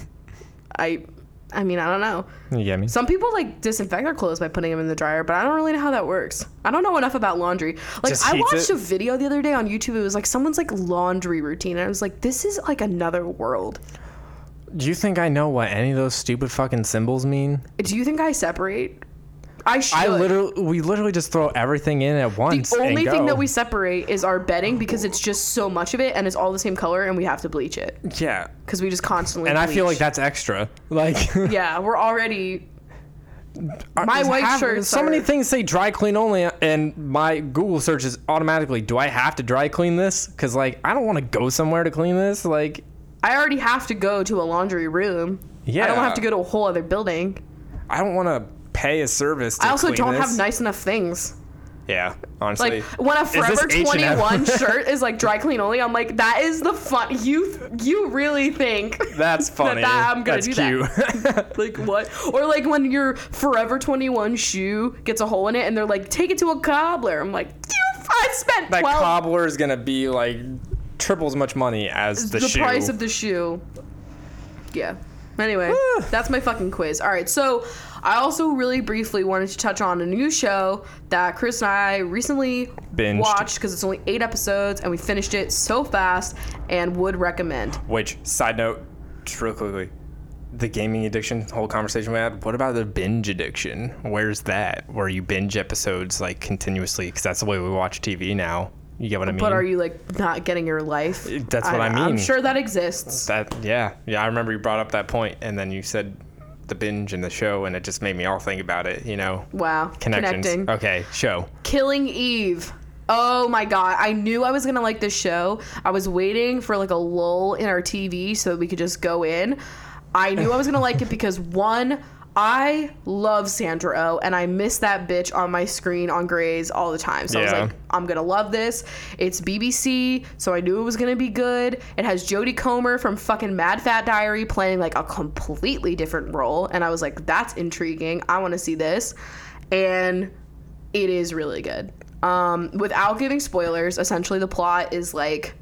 A: I I mean, I don't know.
B: you get me?
A: Some people like disinfect their clothes by putting them in the dryer, but I don't really know how that works. I don't know enough about laundry. Like
B: Just
A: I
B: heats
A: watched
B: it?
A: a video the other day on YouTube. It was like someone's like laundry routine, and I was like, this is like another world.
B: Do you think I know what any of those stupid fucking symbols mean?
A: Do you think I separate? I should.
B: I literally, we literally just throw everything in at once.
A: the only
B: and
A: thing
B: go.
A: that we separate is our bedding because it's just so much of it and it's all the same color and we have to bleach it
B: yeah,
A: because we just constantly.
B: and I feel like
A: bleach.
B: that's extra. Like
A: Yeah, we're already. My
B: Just
A: white
B: have-
A: shirts
B: So many
A: are-
B: things say dry clean only, and my Google search is automatically, do I have to dry clean this? Because like I don't want to go somewhere to clean this. Like
A: I already have to go to a laundry room. I don't
B: Yeah.
A: have to go to a whole other building.
B: I don't want to pay a service. To
A: I also
B: clean
A: don't
B: this.
A: have nice enough things.
B: Yeah, honestly.
A: Like when a
B: this
A: Forever
B: H&M?
A: 21 shirt is like dry clean only, I'm like, that is the fun. You you really think
B: that's funny.
A: that- I'm gonna
B: that's
A: do
B: cute.
A: like what? Or like when your Forever 21 shoe gets a hole in it and they're like, take it to a cobbler. I'm like, you, I spent
B: that
A: 12
B: cobbler is gonna be like triple as much money as the,
A: the
B: shoe.
A: price of the shoe. Yeah. Anyway, that's my fucking quiz. All right, so I also really briefly wanted to touch on a new show that Chris and I recently
B: Binged.
A: watched because it's only eight episodes and we finished it so fast and would recommend.
B: Which side note, just real quickly, the gaming addiction whole conversation we had. What about the binge addiction? Where's that? Where you binge episodes like continuously? Because that's the way we watch TV now. You get what I mean?
A: But are you like not getting your life?
B: Mm-hmm. That's what I
A: I'm
B: mean.
A: sure that exists.
B: that yeah yeah. I remember you brought up that point, and then you said the binge and the show, and it just made me all think about it. You know,
A: Wow.
B: connections.
A: Connecting.
B: Okay, show.
A: Killing Eve. Oh my god, I knew I was gonna like this show. I was waiting for like a lull in our TV so that we could just go in. I knew I was gonna like it because one, I love Sandra O, oh, and I miss that bitch on my screen on Grays all the time. So I
B: Yeah.
A: was like, I'm gonna love this. It's BBC, so I knew it was gonna be good. It has Jodie Comer from fucking Mad Fat Diary playing like a completely different role, and I was like, that's intriguing. I want to see this, and it is really good. Um, without giving spoilers, essentially the plot is like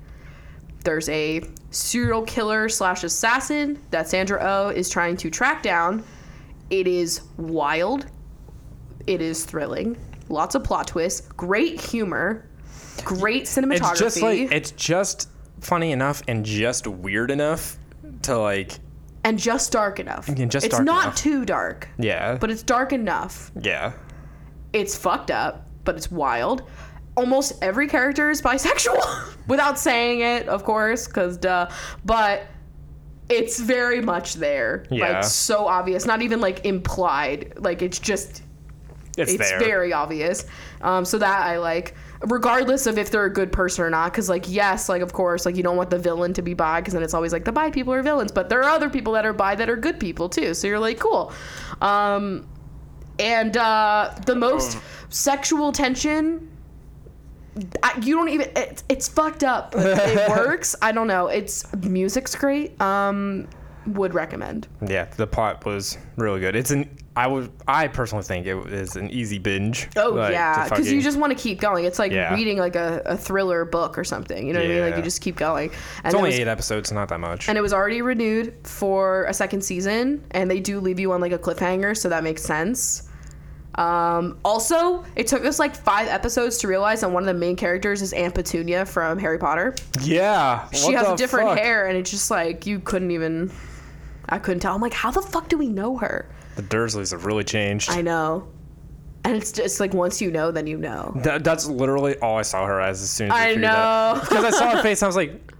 A: there's a serial killer slash assassin that Sandra O oh is trying to track down. It is wild. It is thrilling. Lots of plot twists. Great humor. Great cinematography.
B: It's just like it's just funny enough and just weird enough to like
A: and just dark enough.
B: And just
A: it's
B: dark
A: not
B: enough.
A: too dark,
B: yeah
A: but it's dark enough.
B: yeah
A: It's fucked up, but it's wild. Almost every character is bisexual without saying it, of course, because duh. But it's very much there.
B: Yeah.
A: Like, so obvious. Not even like implied. Like, it's just
B: it's,
A: it's
B: there
A: very obvious. Um, so that I like, regardless of if they're a good person or not, because like yes, like of course, like you don't want the villain to be bi, because then it's always like the bi people are villains, but there are other people that are bi that are good people too. So you're like cool. Um, and uh, the
B: Oh.
A: most sexual tension. I, you don't even it's it's fucked up but it works i don't know it's music's great um would recommend
B: yeah the plot was really good it's an i would i personally think it is an easy binge
A: Oh
B: like, to
A: yeah, because
B: fucking-
A: you just want to keep going. It's like
B: Yeah.
A: reading like a, a thriller book or something. You know what I mean? Like
B: Yeah.
A: you just keep going. And
B: it's
A: it
B: only
A: was-
B: eight episodes not that much
A: and it was already renewed for a second season, and they do leave you on like a cliffhanger, so that makes sense. Um, also, it took us like five episodes to realize that one of the main characters is Aunt Petunia from Harry Potter.
B: yeah
A: She has a different hair, and it's just like you couldn't even. I couldn't tell. I'm like, how the fuck do we know her?
B: the dursleys have really changed
A: I know, and it's just like once you know, then you know.
B: That, that's literally all I saw her as as soon as
A: I know.
B: because I saw her face. and I was like,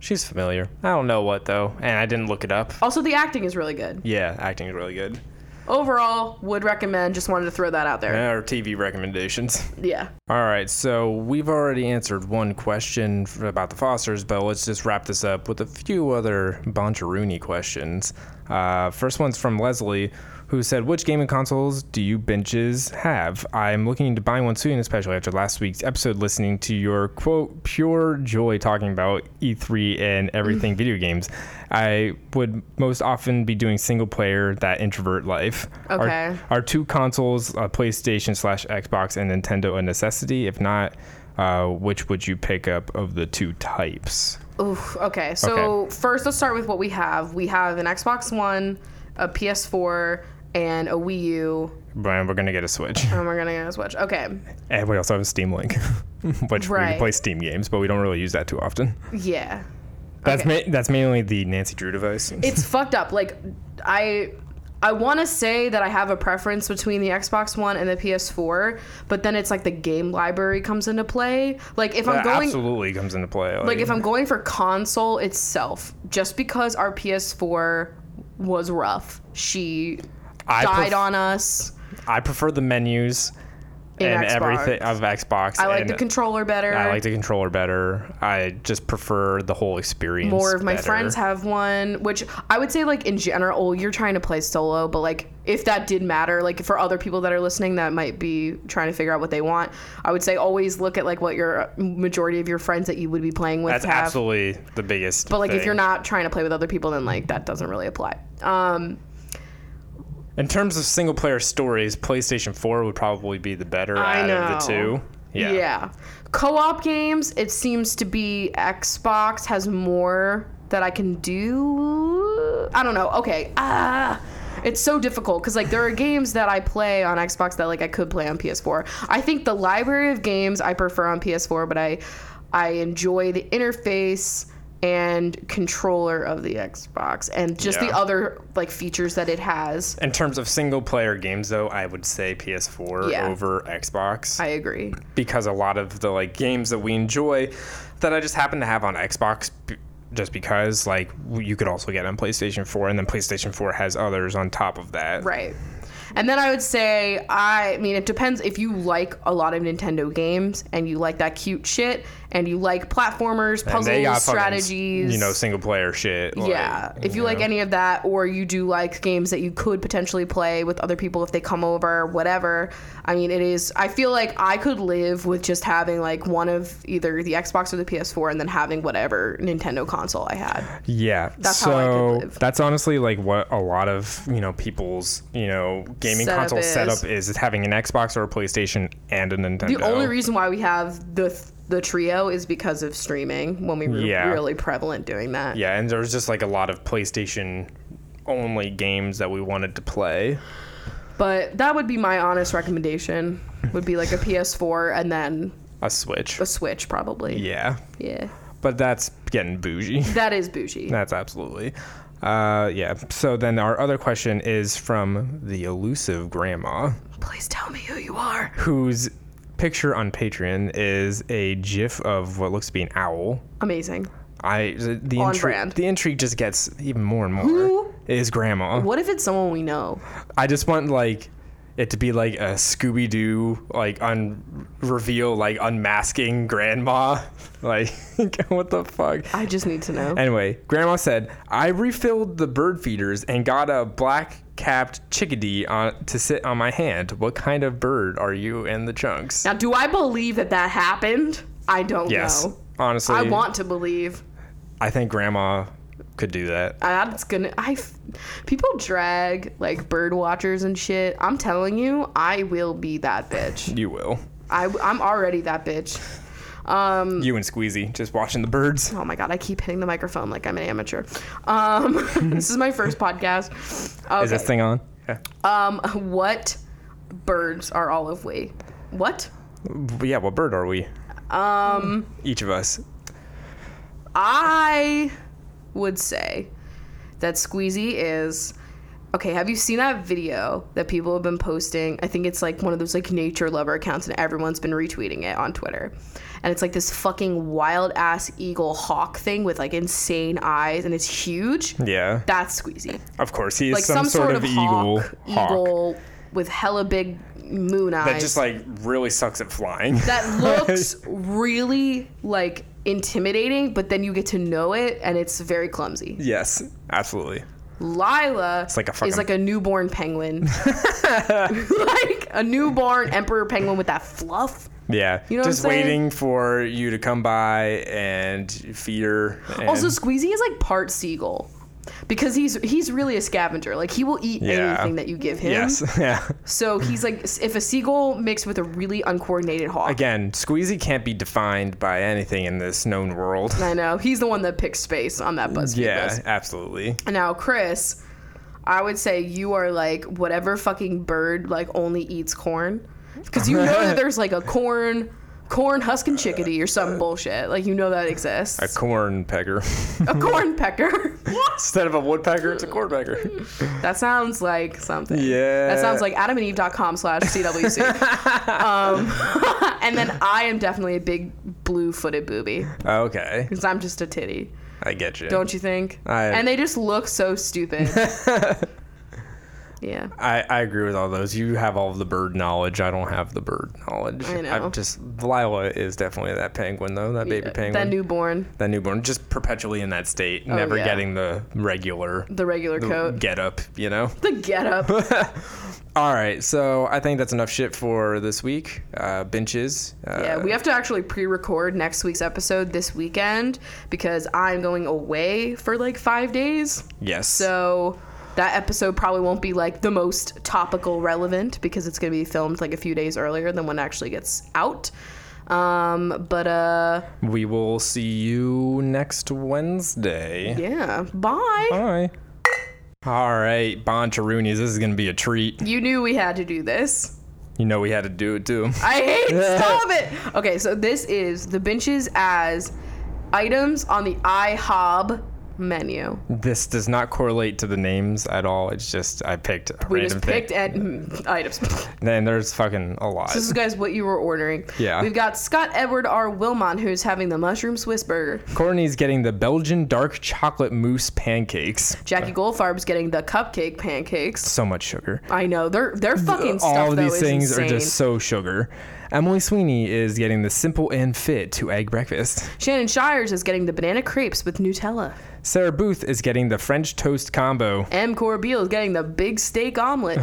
B: she's familiar. I don't know what though, and I didn't look it up.
A: Also, the acting is really good.
B: Yeah, acting is really good.
A: overall would recommend just wanted to throw that out there
B: Our TV recommendations.
A: yeah
B: All right, so we've already answered one question f- about the Fosters, but let's just wrap this up with a few other Boncharoony questions. Uh, first one's from Leslie, who said, "Which gaming consoles do you benches have? I'm looking into buying one soon, especially after last week's episode, listening to your quote pure joy talking about E3 and everything video games. I would most often be doing single player, that introvert life. Our-
A: Okay.
B: are two consoles, uh, PlayStation slash Xbox and Nintendo, a necessity? If not, uh, which would you pick up of the two types?
A: Oof, okay so
B: Okay.
A: first let's start with what we have we have an xbox one a ps4 and a wii u
B: Brian, we're gonna get a Switch,
A: and we're gonna get a switch okay
B: and we also have a Steam Link, which we
A: Right.
B: play Steam games, but we don't really use that too often.
A: yeah
B: That's ma- that's mainly the Nancy Drew device.
A: it's fucked up like i i want to say that i have a preference between the xbox one and the ps4 but then it's like the game library comes into play like if i'm
B: that
A: going
B: absolutely comes into play.
A: like if I'm going for console itself, just because our PS4 was rough, she
B: I
A: died
B: pref-
A: on us.
B: I prefer the menus
A: In
B: and
A: Xbox.
B: everything of Xbox.
A: I like the controller better.
B: I like the controller better. I just prefer the whole experience.
A: More of my
B: better.
A: friends have one, which I would say like in general, you're trying to play solo, but like if that did matter, like for other people that are listening that might be trying to figure out what they want, I would say always look at like what your majority of your friends that you would be playing with
B: That's
A: have.
B: absolutely the biggest.
A: but like if
B: thing.
A: you're not trying to play with other people, then like that doesn't really apply. Um,
B: In terms of single player stories, PlayStation 4 would probably be the better
A: I
B: out of the
A: know.
B: two. Yeah.
A: Co-op games, it seems to be Xbox has more that I can do. I don't know. Okay. Ah. It's so difficult because like there are games that I play on Xbox that like I could play on PS4. I think the library of games I prefer on PS4, but I I enjoy the interface and controller of the Xbox and just the
B: Yeah.
A: other like features that it has.
B: In terms of single player games though, I would say PS4
A: Yeah.
B: over Xbox
A: I agree.
B: because a lot of the like games that we enjoy that I just happen to have on Xbox b- just because like w- you could also get on PlayStation 4 and then PlayStation 4 has others on top of that.
A: Right. And then I would say, I, I mean, it depends if you like a lot of Nintendo games and you like that cute shit and you like platformers,
B: And they got
A: puzzles,
B: fucking,
A: strategies.
B: you know, single player shit. like,
A: yeah. If you like
B: know.
A: any of that, or you do like games that you could potentially play with other people if they come over, whatever. I mean, it is. I feel like I could live with just having like one of either the Xbox or the PS4, and then having whatever Nintendo console I had.
B: Yeah.
A: That's
B: so
A: how I could live.
B: that's honestly like what a lot of, you know, people's, you know, gaming
A: Setup
B: console
A: is-
B: setup is is having an Xbox or a PlayStation and a Nintendo.
A: The only reason why we have the the trio is because of streaming when we were
B: Yeah.
A: really prevalent doing that.
B: Yeah, and there was just like a lot of PlayStation only games that we wanted to play.
A: But that would be my honest recommendation. Would be like a PS4 and then
B: A Switch.
A: a Switch probably.
B: Yeah.
A: Yeah.
B: But that's getting bougie.
A: That is bougie.
B: That's absolutely. Uh, yeah. So then our other question is from the elusive grandma,
A: Please tell me who you are.
B: whose picture on Patreon is a gif of what looks to be an owl.
A: Amazing.
B: I the the
A: On
B: intrigue
A: brand.
B: the intrigue just gets even more and more.
A: Who-
B: is grandma?
A: What if it's someone we know?
B: I just want like it to be like a Scooby Doo like un reveal like unmasking grandma. Like what the fuck?
A: I just need to know.
B: Anyway, Grandma said, I refilled the bird feeders and got a black capped chickadee on, to sit on my hand. What kind of bird are you and the chunks?
A: Now, do I believe that that happened? I don't
B: yes.
A: know.
B: Honestly,
A: I want to believe.
B: I think Grandma could do that.
A: That's gonna. I. f- People drag like bird watchers and shit. I'm telling you, I will be that bitch.
B: You will.
A: I, I'm already that bitch. Um.
B: You and Squeezy just watching the birds.
A: Oh my god, I keep hitting the microphone like I'm an amateur. Um. this is my first podcast. Okay.
B: Is this thing on? Yeah.
A: um. What birds are olive we? What?
B: But yeah, what bird are we? Um, each of us.
A: I would say that Squeezy is okay. Have you seen that video that people have been posting? I think it's like one of those like nature lover accounts, and everyone's been retweeting it on Twitter. And it's like this fucking wild ass eagle hawk thing with like insane eyes, and it's huge.
B: Yeah,
A: That's Squeezy,
B: of course. He is
A: like
B: some, sort, of, eagle,
A: hawk, eagle with hella big moon eyes
B: that just like really sucks at flying.
A: that looks really like intimidating, but then you get to know it, and it's very clumsy.
B: yes, absolutely.
A: Lila
B: like a fucking-
A: is like a newborn penguin. like a newborn emperor penguin with that fluff.
B: Yeah,
A: You know what
B: just
A: I'm saying?
B: waiting for you to come by and feed her. and-
A: Also, Squeezy is like part seagull because he's he's really a scavenger. Like he will eat
B: Yeah.
A: anything that you give him.
B: yes, yeah.
A: So he's like if a seagull mixed with a really uncoordinated hawk.
B: Again, Squeezy can't be defined by anything in this known world.
A: I know he's the one that picked space on that BuzzFeed
B: Yeah,
A: list.
B: absolutely.
A: Now, Chris, I would say you are like whatever fucking bird like only eats corn, because you know that there's like a corn, corn husk and chickadee or some bullshit. Like you know that exists.
B: A corn pecker.
A: A corn pecker. what?
B: Instead of a woodpecker, it's a corn pecker.
A: That sounds like something.
B: Yeah.
A: That sounds like adamandeve.com slash CWC. um, and then I am definitely a big blue footed booby
B: Okay,
A: because I'm just a titty.
B: I get you.
A: Don't you think?
B: I-
A: and they just look so stupid. yeah.
B: I, I agree with all those. You have all the bird knowledge. I don't have the bird knowledge.
A: I know.
B: I'm just Lila is definitely that penguin though. That baby
A: Yeah,
B: penguin.
A: Uh, That newborn,
B: that newborn, just perpetually in that state, never
A: Oh, yeah.
B: getting the regular
A: the regular coat,
B: get up. You know.
A: the get up.
B: All right, so I think that's enough shit for this week. Uh, benches. Uh,
A: yeah, we have to actually pre-record next week's episode this weekend because I'm going away for like five days.
B: yes.
A: So that episode probably won't be like the most topical relevant because it's going to be filmed like a few days earlier than when it actually gets out. Um, but uh,
B: we will see you next Wednesday.
A: yeah, bye.
B: Bye. All right, Boncharoonies, this is gonna be a treat.
A: You knew we had to do this.
B: You know we had to do it too.
A: I hate stop it. Okay, so this is the benches as items on the IHOB menu.
B: This does not correlate to the names at all. It's just I picked a
A: We
B: random
A: just picked
B: thing.
A: at mm, items. so
B: Then there's fucking a lot.
A: this is guys what you were ordering.
B: Yeah.
A: We've got Scott Edward R. Wilmot who's having the mushroom Swiss burger.
B: Courtney's getting the Belgian dark chocolate mousse pancakes.
A: Jackie Goldfarb's getting the cupcake pancakes.
B: So much sugar.
A: I know they're they're fucking stuff
B: all of
A: though,
B: these
A: is
B: things
A: insane.
B: are just so sugar. Emily Sweeney is getting the simple and fit two egg breakfast.
A: Shannon Shires is getting the banana crepes with Nutella.
B: Sarah Booth is getting the French toast combo.
A: M. Corbeil is getting the big steak omelet.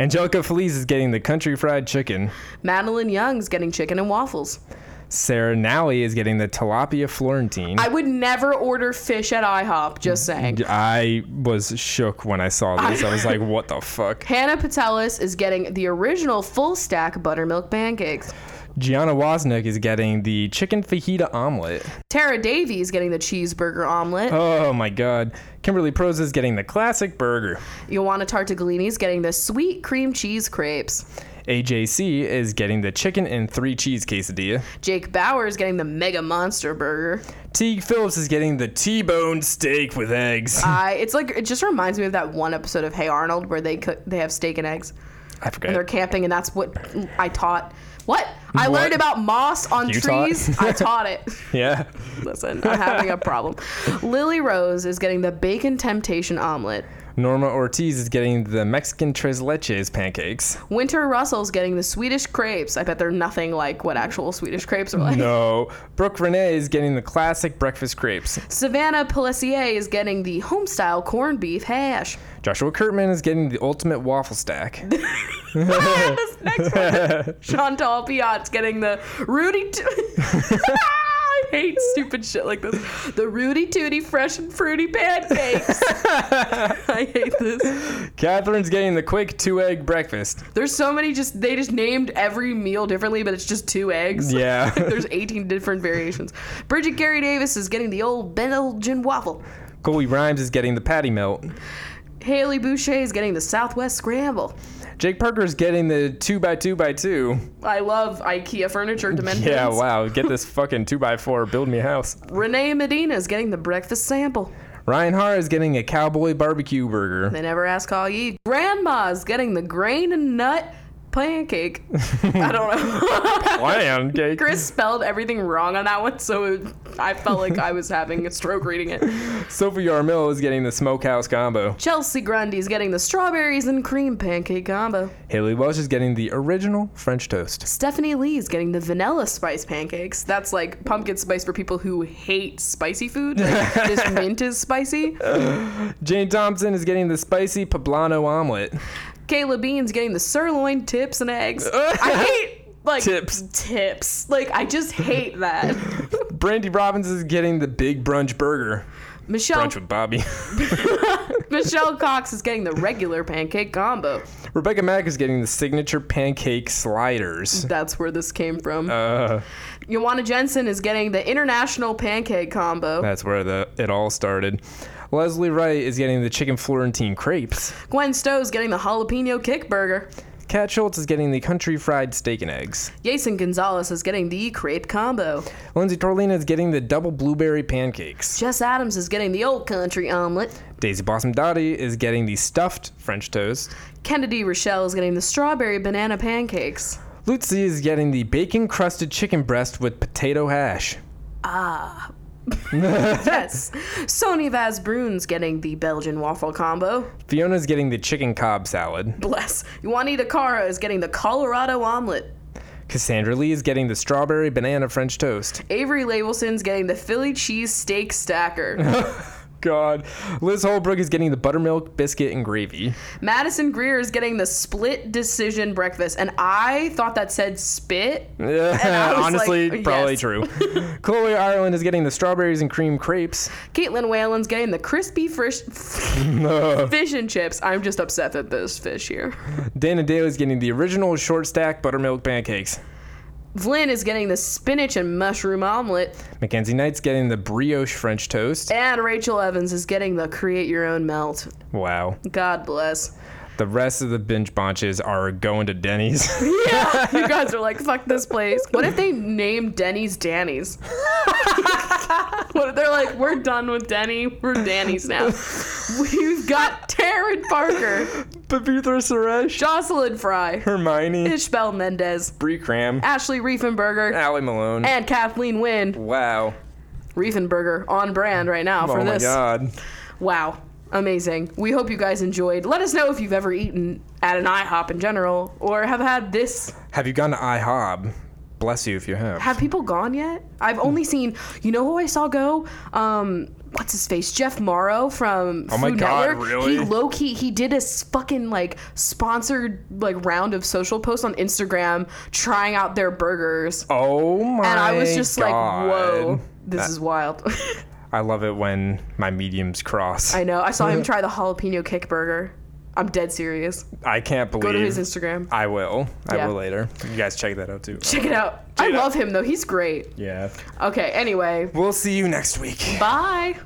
B: Angelica Feliz is getting the country fried chicken.
A: Madeline Young's getting chicken and waffles.
B: Sarah Nally is getting the tilapia Florentine.
A: I would never order fish at IHOP, just
B: Mm-hmm.
A: saying.
B: I was shook when I saw this. I was like, what the fuck?
A: Hannah Patelis is getting the original full stack buttermilk pancakes.
B: Gianna Wozniak is getting the chicken fajita omelet.
A: Tara Davies getting the cheeseburger omelet.
B: Oh my god. Kimberly Prose is getting the classic burger.
A: Ioana Tartaglini's getting the sweet cream cheese crepes.
B: AJC is getting the chicken and three cheese quesadilla.
A: Jake Bauer is getting the mega monster burger.
B: Hmm. Teague Phillips is getting the T-bone steak with eggs.
A: I it's like it just reminds me of that one episode of Hey Arnold where they cook they have steak and eggs
B: I
A: and they're
B: forgot.
A: camping and that's what I taught. What? I
B: What?
A: learned about moss on
B: You taught?
A: trees. I taught it.
B: Yeah.
A: Listen, I'm having a problem. Lily Rose is getting the bacon temptation omelet.
B: Norma Ortiz is getting the Mexican tres leches pancakes.
A: Winter Russell's getting the Swedish crepes. I bet they're nothing like what actual Swedish crepes are like.
B: No. Brooke Renee is getting the classic breakfast crepes.
A: Savannah Pellissier is getting the homestyle corned beef hash.
B: Joshua Kurtman is getting the ultimate waffle stack.
A: Ah, this next one, Chantal Piat's getting the Rudy. T- I hate stupid shit like this. The Rudy Tooty fresh and fruity pancakes. I hate this.
B: Catherine's getting the quick two egg breakfast.
A: There's so many just they just named every meal differently, but it's just two eggs.
B: Yeah.
A: There's 18 different variations. Bridget Gary Davis is getting the old Belgian waffle.
B: Colby Rhymes is getting the patty melt.
A: Haley Boucher is getting the Southwest Scramble.
B: Jake Parker is getting the two by two by two.
A: I love IKEA furniture dimensions.
B: Yeah, wow. Get this fucking two by four. Build me a house.
A: Renee Medina is getting the breakfast sample.
B: Ryan Har is getting a cowboy barbecue burger.
A: They never ask all ye. Grandma's getting the grain and nut pancake. I don't know.
B: Plan cake.
A: Chris spelled everything wrong on that one, so it, I felt like I was having a stroke reading it.
B: Sophie Armill is getting the smokehouse combo.
A: Chelsea Grundy's getting the strawberries and cream pancake combo.
B: Haley Welsh is getting the original French toast.
A: Stephanie Lee's getting the vanilla spice pancakes. That's like pumpkin spice for people who hate spicy food. Like, this mint is spicy.
B: Jane Thompson is getting the spicy poblano omelet.
A: Kayla Bean's getting the sirloin tips and eggs. I hate like
B: Tips.
A: Tips. Like I just hate that.
B: Brandy Robbins is getting the big brunch burger.
A: Michelle
B: Brunch with Bobby.
A: Michelle Cox is getting the regular pancake combo.
B: Rebecca Mack is getting the signature pancake sliders.
A: That's where this came from.
B: Uh,
A: Joanna Jensen is getting the international pancake combo.
B: that's where the it all started. Leslie Wright is getting the chicken Florentine crepes.
A: Gwen Stowe is getting the jalapeno kick burger.
B: Kat Schultz is getting the country fried steak and eggs.
A: Jason Gonzalez is getting the crepe combo.
B: Lindsay Torlina is getting the double blueberry pancakes.
A: Jess Adams is getting the old country omelet.
B: Daisy Blossom Dottie is getting the stuffed French toast.
A: Kennedy Rochelle is getting the strawberry banana pancakes.
B: Lutzi is getting the bacon crusted chicken breast with potato hash.
A: Yes. Sony Vazbroon's getting the Belgian waffle combo.
B: Fiona's getting the chicken cob salad.
A: Bless. Juanita Cara is getting the Colorado omelet.
B: Cassandra Lee is getting the strawberry banana French toast.
A: Avery Labelson's getting the Philly cheese steak stacker.
B: God. Liz Holbrook is getting the buttermilk biscuit and gravy.
A: Madison Greer is getting the split decision breakfast. And I thought that said spit. I was
B: Honestly,
A: like,
B: probably
A: yes.
B: true. Chloe Ireland is getting the strawberries and cream crepes.
A: Caitlin Whalen's getting the crispy fresh
B: No.
A: fish and chips. I'm just upset that there's fish here.
B: Dana Dale is getting the original short stack buttermilk pancakes.
A: Flynn is getting the spinach and mushroom omelet.
B: Mackenzie Knight's getting the brioche French toast.
A: And Rachel Evans is getting the create your own melt.
B: Wow.
A: God bless.
B: The rest of the binge bunches are going to Denny's.
A: Yeah, you guys are like, fuck this place. What if they named Denny's Danny's? What- They're like, we're done with Denny. We're Danny's now. We've got Taryn Parker,
B: Pavithra Suresh,
A: Jocelyn Fry,
B: Hermione,
A: Ishbel Mendez,
B: Bree Cram,
A: Ashley Riefenberger,
B: Allie Malone.
A: and Kathleen Wynne.
B: Wow.
A: Riefenberger on brand right now for
B: Oh my
A: this.
B: god.
A: Wow. Amazing. We hope you guys enjoyed. Let us know if you've ever eaten at an IHOP in general or have had this.
B: Have you gone to IHOB? Bless you if you have.
A: Have people gone yet? I've only
B: Hmm.
A: seen, you know who I saw go? Um, what's his face? Jeff Morrow from
B: Oh my
A: Food
B: God,
A: Network.
B: really?
A: He low key, he did a s- fucking like sponsored like round of social posts on Instagram trying out their burgers.
B: oh my
A: and I was just
B: God.
A: like, whoa, this
B: That-
A: is wild.
B: I love it when my mediums cross.
A: I
B: I,
A: know. I saw him try the jalapeno kick burger. I'm dead serious.
B: can't believe.
A: Go to his Instagram.
B: I will. I
A: Yeah.
B: will later. You guys check that out too.
A: Check it out.
B: Check
A: I
B: it out.
A: love him though. He's great.
B: Yeah.
A: Okay, anyway.
B: We'll see you next week.
A: Bye.